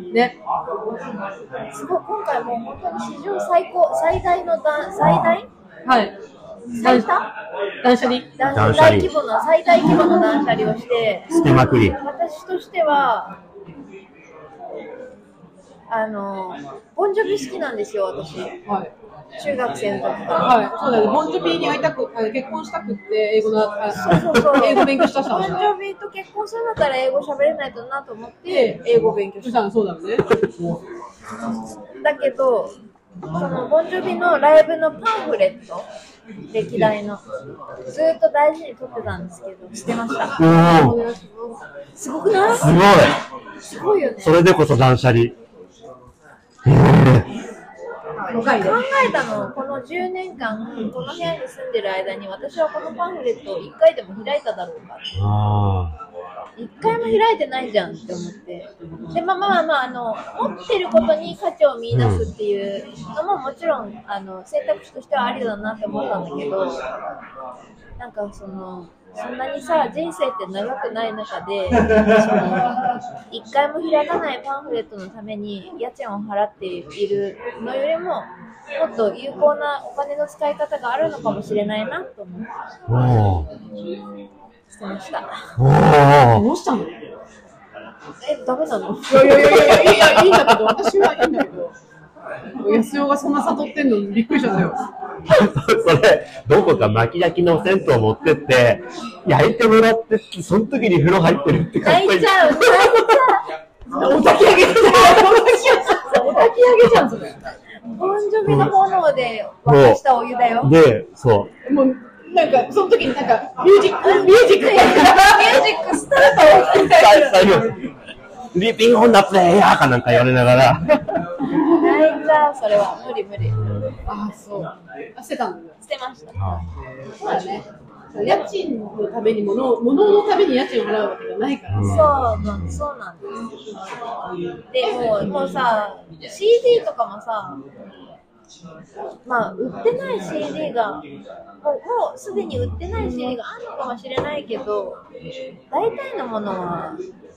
に
ね。
すごい今回もう本当に史上最高最大のだ最大
はい。
最多
断捨離。
断
断捨離
大規模の最大規模の断捨離をして
捨てまくり。
私としてはあのボンジョビ好きなんですよ私
はい。
中学生の時から。
はい、そうだね。ボンジョビに会いたく、あの結婚したくって、英語の、あ
そうそう
英語勉強した人
誕
だもんね。
生日と結婚するんだったら英語喋れないとなと思って
で、
英語勉強
普
した。
段そうだもんね。
だけど、そのボンジョビのライブのパンフレット、歴代の、ずっと大事に取ってたんですけど、捨てました。
おお
すごくない
すごい
すごいよね。
それでこそ断捨離。へえ
考えたの、この10年間、この部屋に住んでる間に、私はこのパンフレットを1回でも開いただろうか。
あ
1回も開いてないじゃんって思って。で、まあまあまあ、あの、持ってることに価値を見出すっていうのももちろん、あの、選択肢としてはありだなって思ったんだけど、なんかその、そんなにさ、人生って長くない中で、その一回も開かないパンフレットのために家賃を払っているのよりも、もっと有効なお金の使い方があるのかもしれないなと思って
あ。おー
捨てました。
おー
どうしたのい
え、ダメなの
やいやいやいや、いや、いいんだけど、私はいいんだけど。安代がそんな悟ってんのびっくりしちゃったよ。
それ、どこか巻き焼きの銭湯持ってって、焼いてもらって、その時に風呂入ってるってかっ
泣
こい
い
い。
ちゃう、泣いちゃ
おたき上げじゃん。おたき上げじゃん、それ。
う。ボンジョビの炎で沸かしたお湯だよ。ミュ
で、そう。
もう、なんか、その時になんか、ミュージック、ミュージックやか
ージックスタートみたいな。
最後、リピンオンだプレイヤーかなんか言われながら。
泣いちゃう、それは。無理無理。
ああ、そう。あ、してたんだよ。
捨てました。
そうだね。家賃のために物を、物のために家賃を払うわけじゃないから。
そうなんそうなんです。でもうもうさ、CD とかもさ、まあ売ってない CD が、もうもうすでに売ってない CD があるのかもしれないけど、大体のものは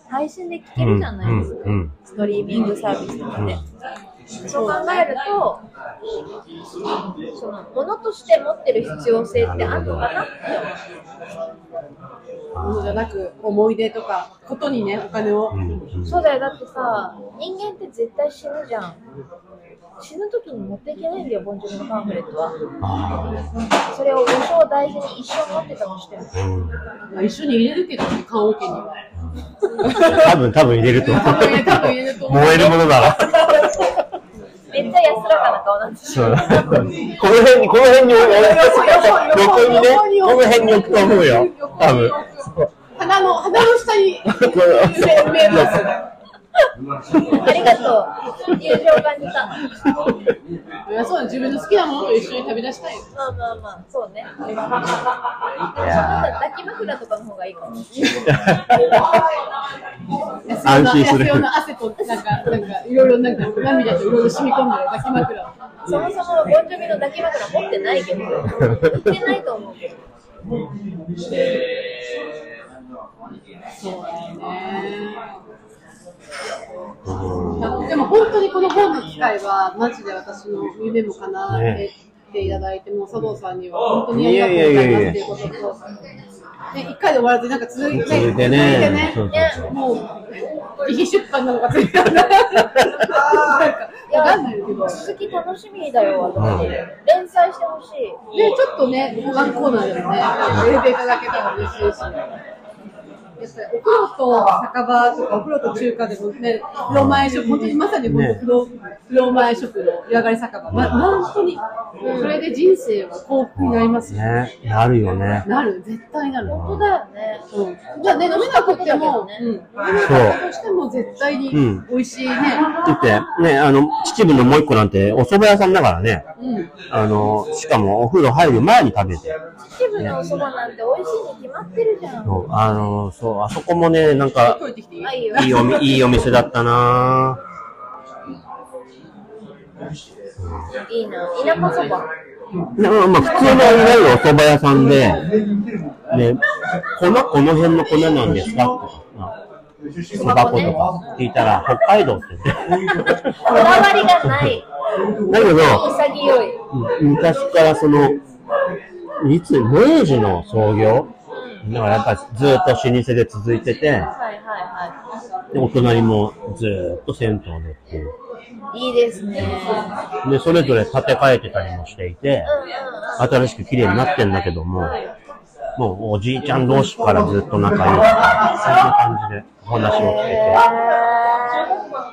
配信で聴けるじゃないですか。
うんうん
ストリーミングサービスとかで。そう考えると、その物として持ってる必要性ってあるのかなって思う。
物じゃなく、思い出とか、ことにね、お金を。
そうだよ、だってさ、人間って絶対死ぬじゃん。死ぬ時に持っていけないんだよ、ボンジョビのパンフレットは。それを一生大事に一生持ってたとしても。
まあ、一緒に入れるけどね、棺桶には。
多分、多分入れると思う
多分入れ多分入れると思う
燃えるものだわ。
めっちゃ安らかな顔なんです
そう
よ。
この辺に、この辺に置いて、横にね、この辺に置くと思うよ。多分。
鼻の、鼻の下に
こう
埋めま
ありがとう。友情を感じた。
す。いや、そうだ、自分の好きなものと一緒に旅立ちたいよ。
まあまあまあ、そうね。でも
や
抱き枕とかの方がいいかも。
安心する
安代の汗と、なんか、なんか、いろいろ、なんか、涙といろいろ染み込んでる抱き枕を。
そもそもボンジョビの抱き枕持ってないけど、売ってないと思うけど。
そうだよね。でも本当にこの本の機会は、マジで私の夢も叶えていただいて、もう佐藤さんには本当にありがとうございますっていうことと、ね、一回で終わらず、なんか続いて、
続いてね
続いて
ね
ねもう、自費出版なのか、ついてなんか、
い
わか
や
んないけど、ね、
続き楽しみだよ、私。連載してほしい。
ちょっとね、ワンコーナーでもね、入れていただけたら嬉しいし。やっぱりお風呂と酒場とかお風呂と中華でもね、風呂前食、本当にまさにこの風呂,、風呂前食の湯上がり酒場、ま、本当に、それで人生は幸福になりますよ
ね、なるよね。
なる、絶対なる。
本当だよね。
うん、じゃあね、飲めなくても、
ね
うん、飲めなかったとしても絶対に
うん
美味しいね。
だって、ね、あの、秩父のもう一個なんて、お蕎麦屋さんだからね。
うん、
あの、しかもお風呂入る前に食べて。
秩父のお蕎麦なんて美味しいに決まってるじゃん。
そうあの、そう、あそこもね、なんか、
聞いてきていい
あ、いいよ。
いいおみ、 いいお店だったなぁ
いいな。田舎そば。
なまあ、普通のいわゆるお蕎麦屋さんで、ね、粉、この辺の粉なんですかってあそば粉とか聞いたら、北海道って言って。
こだわりがない。
だけど、
潔い。
うん昔からその、いつ、明治の創業だからやっぱりずっと老舗で続いてて、
はいはいは
でお隣もずっと銭湯でっていう。
い。いいですね。
で、それぞれ建て替えてたりもしていて、
うんうん
新しく綺麗になってんだけども、もうおじいちゃん同士からずっと仲良い。そんな感じでお話を聞けて。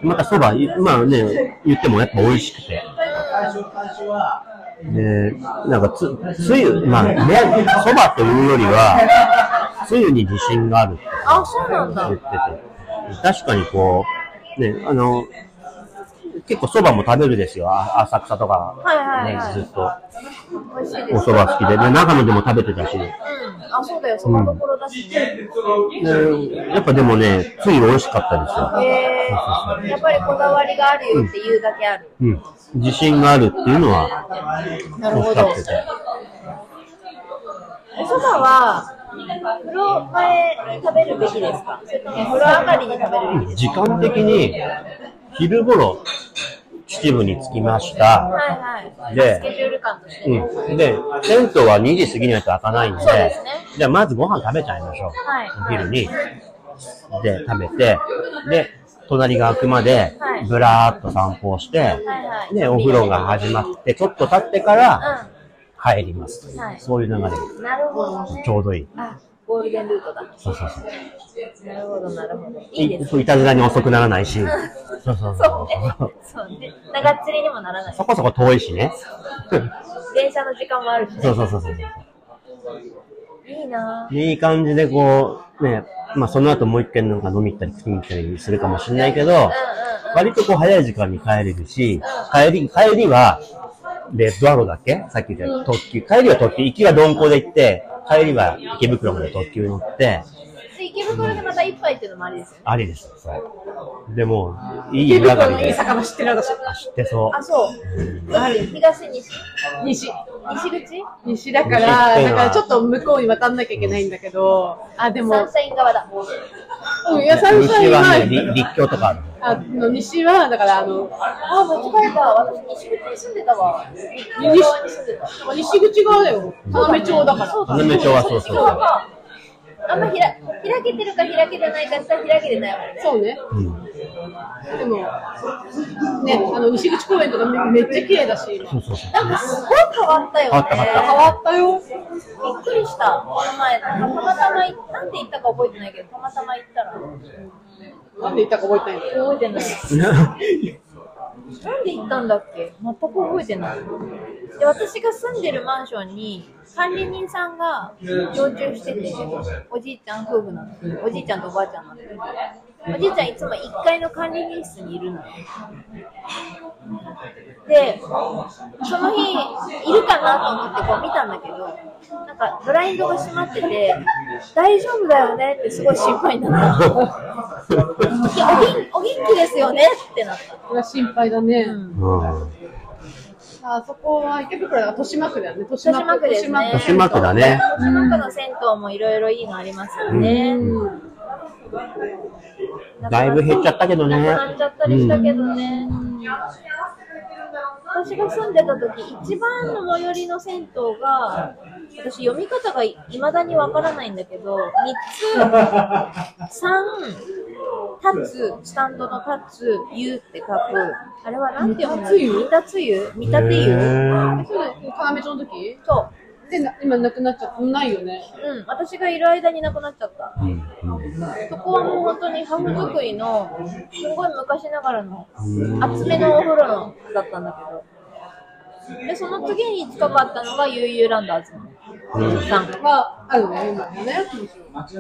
またそば、いまあね、言ってもやっぱ美味しくて。で、なんかつ、つゆ、まあ、ね、そばというよりは、つゆに自信があるって
あ、そうなんだ。
言ってて。確かにこう、ね、あの、結構そばも食べるですよ。あ浅草とか、ね、
はいはいはい
ずっと。
美味しいで
お
す。
蕎麦好きで、で長野でも食べてたし、
うん。あ、そうだよ。そのところだしね。
でやっぱでもね、つい美味しかったですよ。
えー、やっぱりこだわりがあるよって言うだけある。
うん。自信があるっていうのは、
なる
おっ
ほ
しゃ
ど。
ってて。
おそばは、風呂前に食べるべきですかそれとも風呂上がりに食べるべきです
時間的に、昼頃、秩父に着きました
か。はいはい。
で
スケジュール感として。
うん。で、テントは2時過ぎないと開かないんで、
そうですね
じゃあまずご飯食べちゃいましょう。
はい
お昼に。で、食べて、で、隣が開くまで
はい、
ぶらーっと散歩をして、
はいはい。
ね、お風呂が始まって、ちょっと経ってから入ります。
はい
そういう流れが
うん。なるほどね
ち。ょうどいい。
あ、ゴールデンルートだ。
そうそうそう。
なるほど、なるほど。いい
い
です。
そういたずらに遅くならな いし。そうそう
そう
そ
ね
う。。
そうね。長っ釣りにもならない
そ。こそこ遠いしね。
電車の時間もあるしね。
そうそうそうそう。
いいなぁ。
いい感じでこう、ね、まあその後もう一軒なんか飲み行ったり食いに行ったりするかもしれないけど、割とこう早い時間に帰れるし、帰り、帰りは、レッドアローだっけさっき言った特急。帰りは特急。行きは鈍行で行って、帰りは池袋まで特急乗って、
で池袋でまた一杯っていうのもありですよね。
ありです。それでも、いい
池
湯上が
袋
り
のいい
で。
魚知ってる私。
あ、知ってそう。
あ、そう。あれ東西
西。
西口
西だか
西って
ら、
いう
だ
のは
からちょっと向こうに渡んなきゃいけないんだけど、あ、で
サ
も
ン、シャイン側だ。
うん、いや、サンシャイ
西
ン
はね、立
は、
立教とかあるの。
あの、西は、だから、あの、
あ、間違えた。私西口に住んでたわ。西
西
側に住んでた。
西口側だよ。花目町だから。
花目町はそうそうそ
西
う
側かあんまひら開けてるか開けてないかさ開けてないもんね。
そうね。
うん。
でも、ね、あの、西口公園とかめめっちゃ綺麗だし、今。
そうそうそう。
なんかすごい変わったよね。
変わった変わった
変わったよ。
びっくりした。この前、なんかたまたまい、なんて言ったか覚えてないけど、たまたま行ったら。
なんで言ったか覚えてない
覚えてない。なんで行ったんだっけ全く覚えてない。で、私が住んでるマンションに、管理人さんが常駐してて、おじいちゃん夫婦なの。おじいちゃんとおばあちゃんなの。おじいちゃんいつも1階の管理人室にいるのよ。で、その日、いるかなと思ってこう見たんだけど、なんかブラインドが閉まってて、大丈夫だよねってすごい心配になった。いやおぎんお元気ですよねってなった。
これは心配だね。
うん
うん。
あそこは池袋だから豊島区だよね。豊
豊島区ですね。
豊
豊島区だね
豊島区の銭湯もいろいろいいのありますよね。
うんだいぶ減っちゃったけどね
なくなっちゃったりしたけどね。私が住んでた時、一番の最寄りの銭湯が、私読み方がいまだにわからないんだけど、三つ、三、立つ、スタンドの立つ、湯って書く。あれはなんて読むの
立つ湯
三立湯三立
へ
湯
ー
それ、要町の時
そう。
で、な今なくなっちゃった。ないよね。
うん、私がいる間になくなっちゃった。
うん
そこはもう本当にハフ作りの、すごい昔ながらの、
うん
厚めのお風呂のだったんだけど。で、その次に近かったのが、ゆうゆうランダーズ
うん
のさん。
は、あるね、今もね。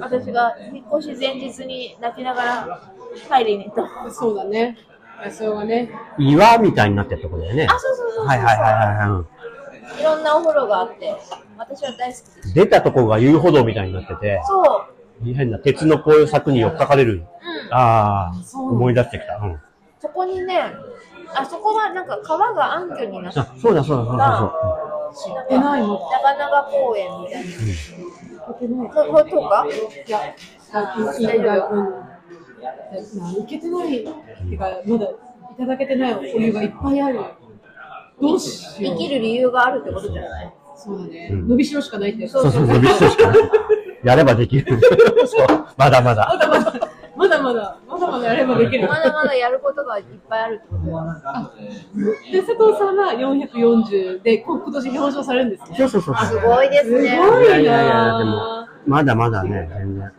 私が引っ越し前日に泣きながら入りに行った。
そうだね。安尾がね。
岩みたいになってるとこだよね。
あ、そうそうそうそう。
はいはいはいはいはい
ろんなお風呂があって、私は大好きです。
いうん。出たとこが遊歩道みたいになってて、
そう。
変な鉄のこういう柵に寄っかかれる。
うん。
ああ、思い出してきた。うん。
そこにね、あそこはなんか川が暗渠になって
あ、そうだそうだそうだそう
なん
えない
か
の
長々公園みたいな。ここれとか
いや、あいいいいいやうん。まあ、いけてない。てか、まだいただけてないお湯がいっぱいある。どうしよ
生
う。
きる理由があるってことじゃない
そうだね。
うん
伸びしろしかないって。
そう
うん。そうそうそう、びっくりした。やればできる。そう、まだまだ。
まだまだ、まだだまだ、まだまだやればできる。
まだまだやることがいっぱいあるってことよ。
で、佐藤さんは440で、こ今年表彰されるんですね。
そうそうそうそう。
すごいです
すごい
ね。
なぁ。
いやいやいや、でも、まだまだね、全然。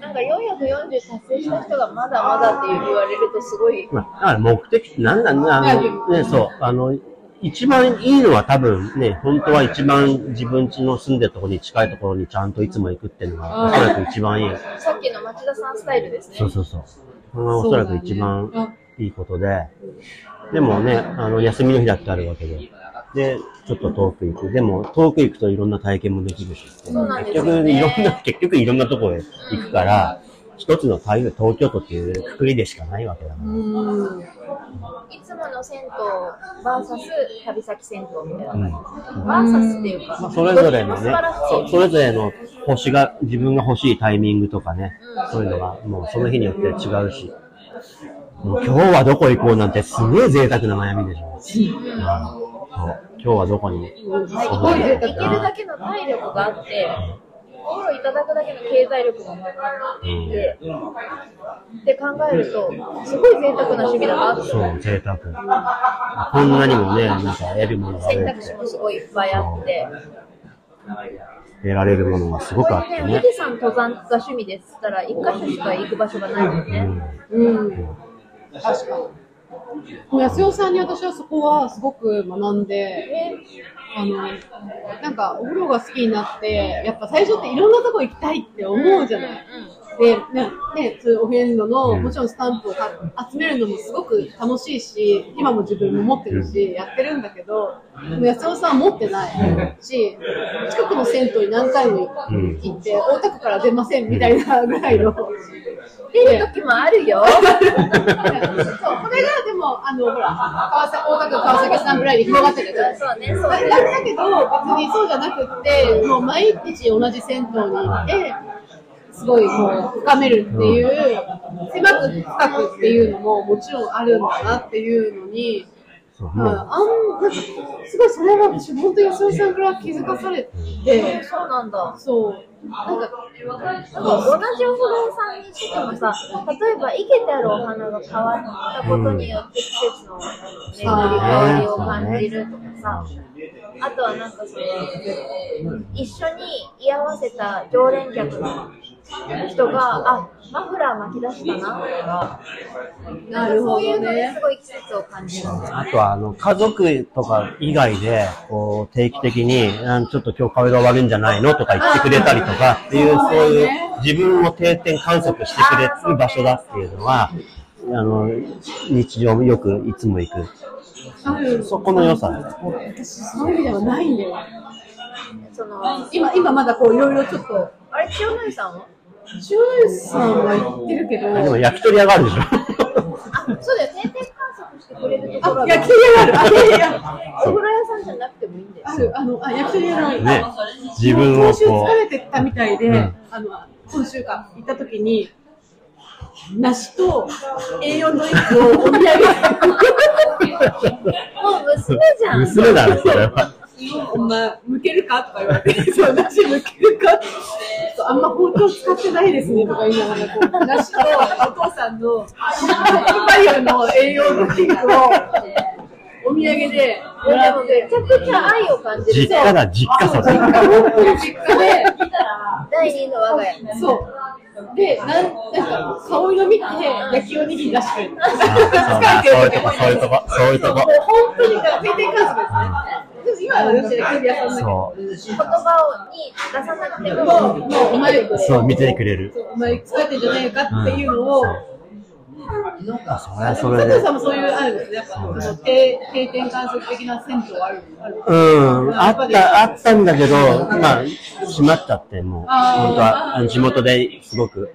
なんか440達成した人がまだまだって言われるとすごい。
まあ、だから目的って何なんだ、あの、ね、そう、あの、一番いいのは多分ね、本当は一番自分家の住んでるところに近いところにちゃんといつも行くっていうのが、おそらく一番いい。
さっきの町田さんスタイルですね。
そうそうそう。これがおそらく一
そうだね
番いいことで、でもね、あの、休みの日だってあるわけで。で、ちょっと遠く行く。でも、遠く行くといろんな体験もできるし。
そうなんです
結
よ
局、
ね
いろんな、結局いろんなとこへ行くから、一つの台風、東京都っていうくくりでしかないわけだか
う
ら。
ん。
いつもの銭湯バーサス旅先銭湯みたいな
う
感じ。
ん
バーサスっていう
まあ
か、
それぞれの
どっちも素
ね
晴らしい、
そうそれぞれの星が、自分が欲しいタイミングとかね、そういうのが、もうその日によって違うし、もう今日はどこ行こうなんてすげえ贅沢な悩みでしょ。うんそう今日はどこに
ごい贅沢
行けるだけの体力があって、お風呂いただくだけの経済力もあって、って考えると、すごい贅沢な趣味だなって。
そう、贅沢。こんなにもね、なんか得るものがあ
選
る
択肢もすごいいっぱいあって、
得られるものがすご
こ
くあっ
れ
て
ね、
ね
富。士山登山が趣味ですったら、一箇所しか行く場所がないもん
う
ね。
ん
うん。確かに。もう安代さんに私はそこはすごく学んで、
ね
あの、なんかお風呂が好きになって、やっぱ最初っていろんなとこ行きたいって思うじゃない。で、ね、ねそういうオフェンドの、もちろんスタンプを買集めるのもすごく楽しいし、今も自分も持ってるし、やってるんだけど、でも安尾さんは持ってないし、近くの銭湯に何回も行
うん
行って、大田区から出ませんみたいなぐらいの。
出る時もあるよ。
そう、これがでも、あの、ほら、川崎、大田区川崎さんぐらいに広がってるじゃないですか。
そうね、そう
だ
ね。
だけど、別にそうじゃなくって、もう毎日同じ銭湯に行って、すごいこう、深めるっていう、狭く深くっていうのももちろんあるんだなっていうのに、
そう、
うん、
も
あん、なんか、すごいそれは私、本当安尾さんから気づかされて、
そうなんだ。
そう、なんか、
なんか同じお風呂屋さんにしててもさ、例えば生けてあるお花が変わったことによって季節の巡り変わりを感じるとかさ、あとはなんかその、一緒に居合わせた常連客の人が、あ、マフラー巻き出したなとか、
なるほ
そういう
ど
ので
ね
す。ごい季節を感じる。
うあとは、あの、家族とか以外で、こう、定期的に、あちょっと今日顔が悪いんじゃないのとか言ってくれたりとかっていう、そういう自分を定点観測してくれる場所だっていうのは、あの、日常よくいつも行く。
ある
そこの良さ。
私、そういう意味ではないんだよ。
その、
今、今まだこう、いろいろちょっと、
あれ、千代のりさんは
千代のさんは言ってるけど、
でも焼き鳥屋があるでしょ。
あ、そうだよ、定点観測してくれるところ
あ、
が
焼き鳥屋がある。あ、いやいや、
お風呂屋さんじゃなくてもいいんだよ。
ある、あの、あ、焼き鳥屋がある。
ね。自分を
今週
こ
疲れてたみたいで、
うん
あの、今週か、行った時に、梨と栄養ドリンクをお土産に
もう娘じゃ
う、
ん。
娘だね、それは。
お前、むけるかとか言われて、そう、梨むけるかそうあんま包丁使ってないですねとか言いながら、こう、梨とお父さんの、インパリオの栄養ドリンクを、お土産で、もらっ
で
て
も、めちゃくちゃ愛を感じ
実
る。
家だ、実家それ。
実家で、
第二の我が家。
そう。で、なん、なんか、顔色見て、焼きおにぎり出してくれた。
あそうだそういうとこ、そういうと
も
こ、そういうとこ。
う本当に、だから定点観測ですね。でも今は私、テレビ屋さんだけど、
そ
言葉をに出さなくても、
もう、もう、お前、
う、そう、見ててくれる。
お前、使ってんじゃねえかっていうのを、
あそれはそれ
佐藤
で
さん。もそういう、あるんですね。やっぱ、その定定点観測的な銭湯はある。ある
うん、あった、あったんだけど、まあ、閉まっちゃって、もう。本当
あー
は、あの地元ですごく、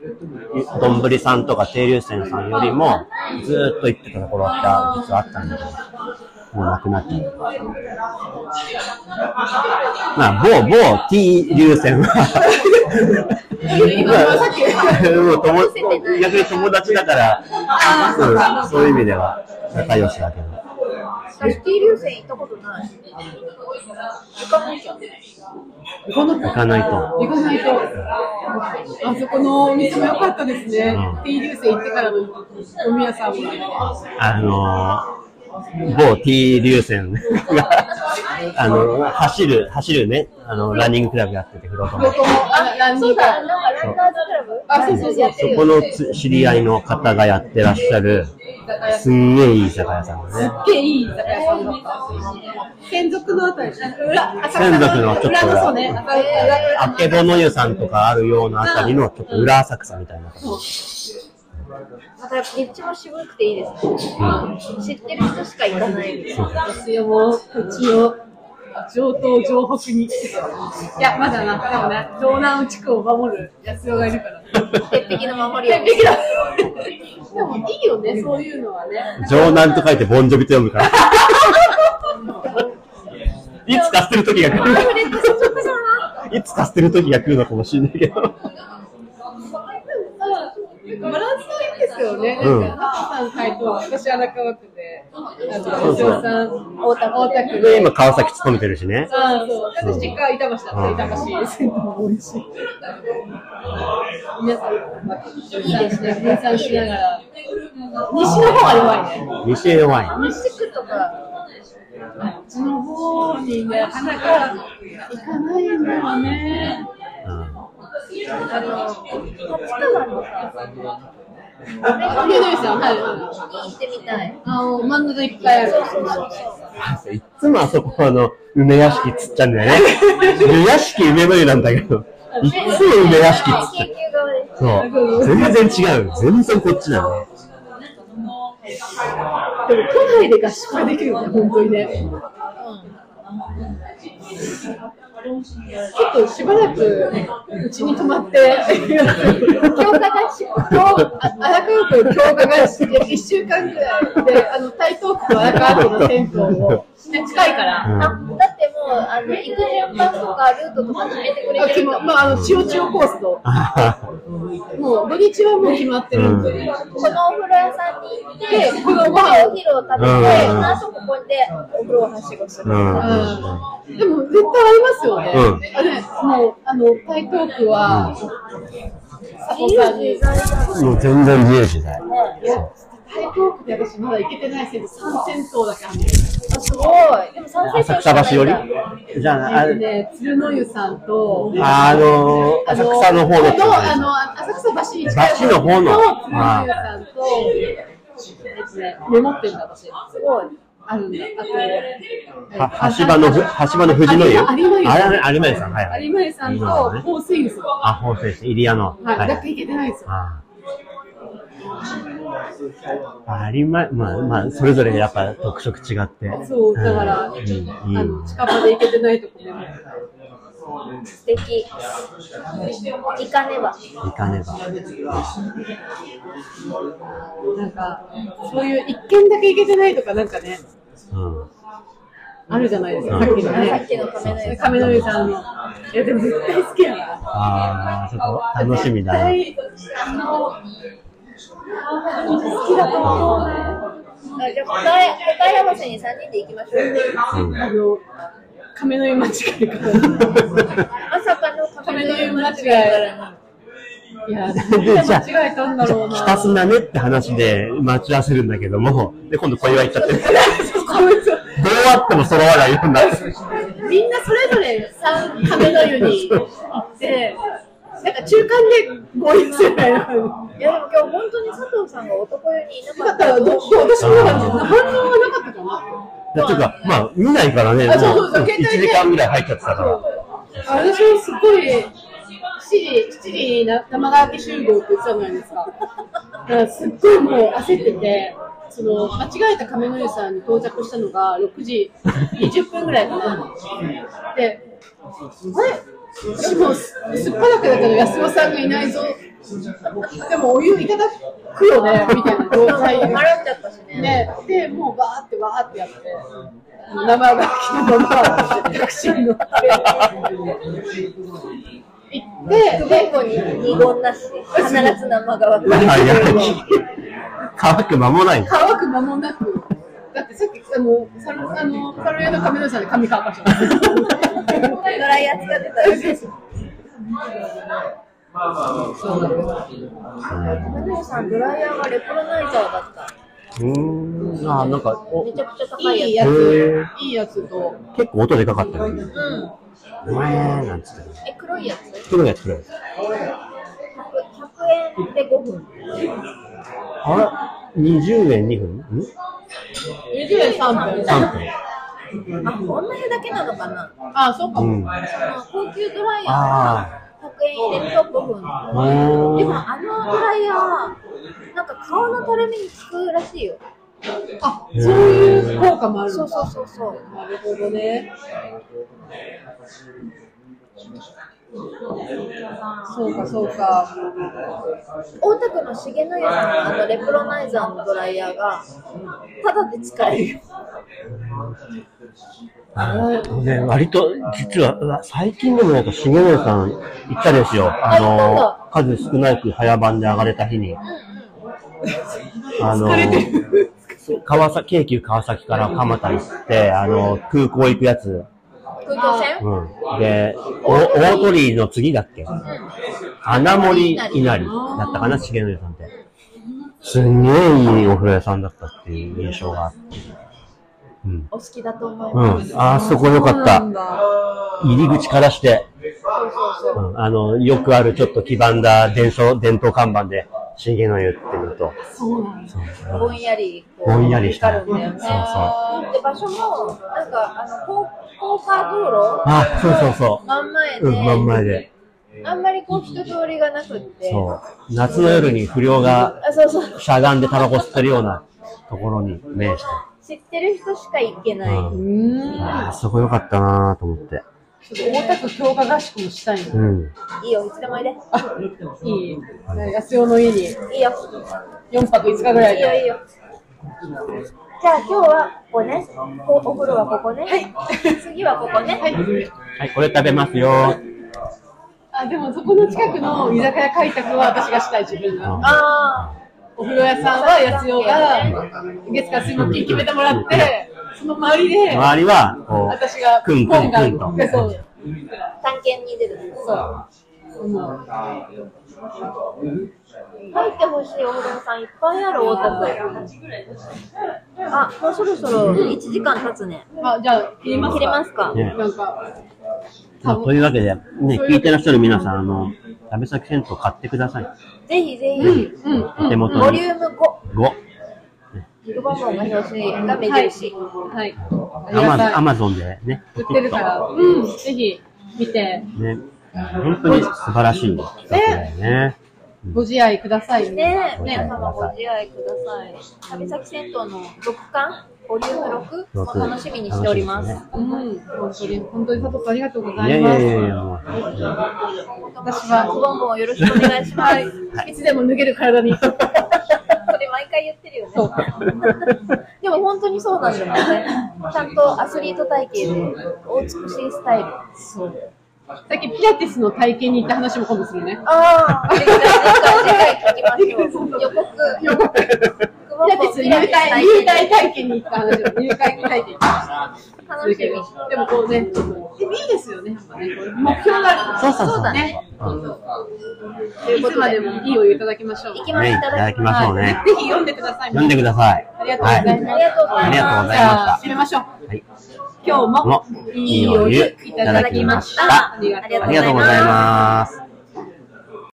どんぶりさんとか定流泉さんよりも、ずーっと行ってたところが、実はあったんだけど、もうなくなっちゃった。まあ、某、某 T 流泉は、
今、さっき、
もう友逆に友達だから、そうそういう意味では仲良しだけど。
私 T 流星行ったことない。行かないじゃん。
行かな
行かないと。
行かないと。あそこのお店も良かったですね
う。ん
T 流星行ってからの飲み屋さんも。
あのー、某 T 流線が、あの、走る、走るね、あの、ランニングクラブやってて、フロートの
横もラランニ
そ
ン
う
グか
だ、
ら。
なんかランナーズクラブ
あそうそうそう
やって
そ
るよ
こ
ね
のつ知り合いの方がやってらっしゃる、すんげえいい居酒屋さんだね。
で、いい居酒屋さんだった。専属のあたり、裏、浅草
専属のちょっと
裏のそうね、
裏
浅草裏
あけぼの湯さんとかあるようなあたりの、ちょっと裏浅草みたいな感じ。
また立地も渋くていいですね。
うん。
知ってる人しか行かないみたいな。
私はもう、一応、上東上北に。いや、まだな、でもね、城南地区を守る安代がいるから。
鉄壁の守りを。
でもいいよね、そういうのはね。
城南と書いてボンジョビと読むから。 いつか捨てる時が来る。
レッドショップじゃない
つか捨てる時が来るのかもしれないけど。
バランスがいいですよね。
うん
なんか、ハさん回答、私荒川区で、あ
そ
の、
う
吉
そう
尾さん、大田区。大田区
で、
で。
今川崎勤めてるしね。
ああ、そう。私、実家は板橋だった。
うん
板橋です。美味しい。皆さん、いいですね。分散しながら。西の方は弱いね。
西へワイン。
西区とか、
あっちの方になかなか行かないんだよね。
う
あの、立川のさ、
あ、みどりさん、はいはい。
に行ってみたい。
あの、真ん中いっぱいある。
そうそうそうそう。
ん。いっつもあそこあの、梅屋敷つっちゃうんだよ ね。梅屋敷梅の湯なんだけど、いっつも梅屋敷つっちゃ
研
う。
究側です。
そう。全然違う。全然こっちだね。
でも都内で合宿ができるよね、本当にね。ちょっとしばらくうちに泊まって、強化合宿、強あ荒川区強化合宿で1週間ぐらいで、あの台東区と荒川区の銭湯を、ね、近いから、
あ、だってもう、あの、行く順番とかルートとか決めてく
あ
れて
決
る
ま
と
まあ、あの千代千代コースと、もう土日はもう決まってるんで、
うん
このお風呂屋さんに行って、
でこのご
ご
飯
飯
を
お昼を食べて、
うん
その後ここでお風呂をはしごする。
うん。
でも絶対ありますよね。
うん
あれもうあの台東区は、佐藤さんに台
もう全然自由自在。
東区で私まだ行けてないけど三銭湯だからね。
あすごい。でも三千
浅草橋寄りじゃあ、あ
あのね鶴の湯さんと
あのー、浅草の方の人
ああの浅草橋に近い
橋の方の
と鶴の湯さんとえっとねメモってんだ私。
すごい。
あるんだ。あと
は橋場のふ、橋場の藤の湯
有馬湯
あ
さん
れ、あれ有馬湯さん、はい、はい。
有馬湯さんと
有馬湯ね
香水湯さん。
あ、法政市、入谷の。
はい、だって
い。
行けてないですよ。
ああ。有馬、まあ、まあ、それぞれやっぱ特色違って。
そう、だから、
う
あ
んう
の
ん
近場で行けてないとこでも。
素敵。行かねば。
行かねば。
なんか、そういう一軒だけ行けてないとか、なんかね、
うん。
あるじゃないです
う
か、
ん
さっきの
さっ
ね。
きの亀の湯
亀の湯さ
さん。
んの。いや、でも絶対好きやな。
ああ、ちょっと楽しみだな。
絶対、あの、好きだと思うね。
あじゃあ答え、答え合わせに三人で行きましょう。
うん
あの、亀の湯町がいるから。
まさかの
亀
亀
の
の
湯
湯
間
間
違
違
い
い
い や、間違えたんだ
じ
ろう
ゃ
な。
あひたすらねって話で待ち合わせるんだけども、で、今度小岩行っちゃってる。どう
こいつ
あっても揃わないようになって る。
みんなそれぞれ三亀の湯に行って、なんか中間で合意するみたいな。
いやでも今日本当に佐藤さんが男湯にいな
だっ
かったた
ら、
ら
ど
ど
う
う
私もなんか反応はなかったかな。
いやてか、まあ、見ないからね、も
あそうそう
う
そう携帯で
1時間ぐらい入っちゃってたから。
私はすごい、7時、7時にな生乾き集合って言ってたじゃないですか。だからすっごいもう焦ってて、その、間違えた亀の湯さんに到着したのが6時20分ぐらいかな。で、あれ私もうすすっぱだけだけど安尾さんがいないぞ。でもお湯いただくよね、みたいな状態
払っちゃったしね。
で、で、もうバーってわーってやって、生書きのまま、タクシーに乗って、行って、
最後に二言なし、必ず生乾く。
いやいや、乾く間もない。
乾く間もなく、だってさっき、あの、サロあのサロン屋の亀のさんで髪乾かしたの。
ドライヤー使ってたらしいです。亀梨さん、ドライヤーがレプロナイザーだった。
うん。あー、なんか、お
めちゃくちゃ高
い
い
い
や
や
へ
つ
ー、
いいやつと、
結構音でかかったよね。
つ。うん。
うーん、なんつって。
え、黒いやつ
黒いやつくれ。
100, 円で5分。
あれ ?20 円2分ん
20円3分。
?3 分。
あ、こんなにだけなのかな。
あ、そうか
う
も。
ん。あ
その高級ドライヤーが
あ
100円入れると5分。
ー。
でもあのドライヤーは、なんか顔のたるみに効くらしいよ。
あ、そういう効果もある
そ
の
うそう
か。
そうそう。
なるほどね。そうか、そうか。
大田区の重野屋さんのあのレプロナイザーのドライヤーが、ただで使えるよ。
あのね、割と、実は、うわ最近でもなんか、重野さん行ったですよ。あの、数少なく早番で上がれた日に。あの、川崎、京急川崎から蒲田行って、あの、空港行くやつ。
空港線
うん。で、お大鳥居の次だっけ穴森稲荷だったかな、重野さんって。すんげえいいお風呂屋さんだったっていう印象があって。うん。
お好きだと思います。
うん。あそこ良かった。入り口からして、うんあの、よくあるちょっと黄ばんだ伝承、伝統看板で、重野湯っていうと、
そうなんだ。
そう
ぼんやりこう
ぼんやりした
光るんだよね。
そうそ
で場所もなんかあの高高架道路
あそうそうそ
真ん前で、
う。うん、真ん前で。
あんまりこう人通りがなくって
そう。夏の夜に不良が
あそうそう
しゃがんでタバコ吸ってるようなところに面して。
知ってる人しか行けない、
う
うんん。
ああ、そこ良かったなーと思って。
ちょっと大田区強化合宿もしたいな
う。ん。
いいよいつでもおいで
あ、いい。安代の家に
いいよ
4泊5日ぐらい
いいよいい
で。
よじゃあ今日はここねこお風呂はここね、次はここね、
はい、これ食べますよー。
あ、でもそこの近くの居酒屋開拓は私がしたい、自分が。
あ
お風呂屋さんは安代が月火水木金決めてもらって、その周りで
周りは、こう、
私が
くんくんくんと。
本がそう。
あ探検に出る
そう。うん
入ってほしいお風呂屋さんいっぱいある大田区あもうそろそろ1時間経つね
あ、じゃあ、切りますか
切
な
れますか
ね
んか、
まあというわけで、ね、聞いてらっしゃる皆さん、あの、旅先銭湯買ってください。
ぜひぜひ、
うん、
お手元
ボリ
に
ューム5
5。
クボモンが表紙が目印、
はい。はい。ありがたい
アマゾンでね。
売ってるから、うん、ぜひ見て、
ね。本当に素晴らしい企画だよね。
ご自愛ください。
ねえ、
ね
皆様ご自愛ください。旅先銭湯の6巻、ボリューム6
六
も楽しみにしております。
楽し
うん、本当に、本当に佐藤さんありがとうご
い
ざ
や
い
い
ま
や
す。
いやいや、もう。
私
まあ、ク
は、
ボモンをよろしくお願いします。
はい、いつでも脱げる体に。
これ毎回言ってるよね
そう。
でも本当にそうなんだよね。ちゃんとアスリート体型で、お美しいスタイル。
そう。さっきピラティスの体験に行った話も今度するね。
ああ、次回、次回聞きましょう。予告。
ピラ ティス入会、入会体験に行った話も、入会体験に行った話もす
楽
る
しみ
け。ど、でもこうね、ちょっとでもいいですよね、やっぱね、目標がある
そうだね。
いつまでもいいお湯いただきましょう。
いき
は
ま
ね、
す。
い
い
た
た
だ
だ
き
きま
ま
す。
しょうね。
いぜひ読んでください。
読んでください。
ありがとうございます
ありがとうござ
あ
い
りがとう
ま
ご
じゃあ、
す。
ざいました
締めましょう。
はい。
今日も
も、
いいお湯いただきました。
ありがとうございます。
ありがとうございます。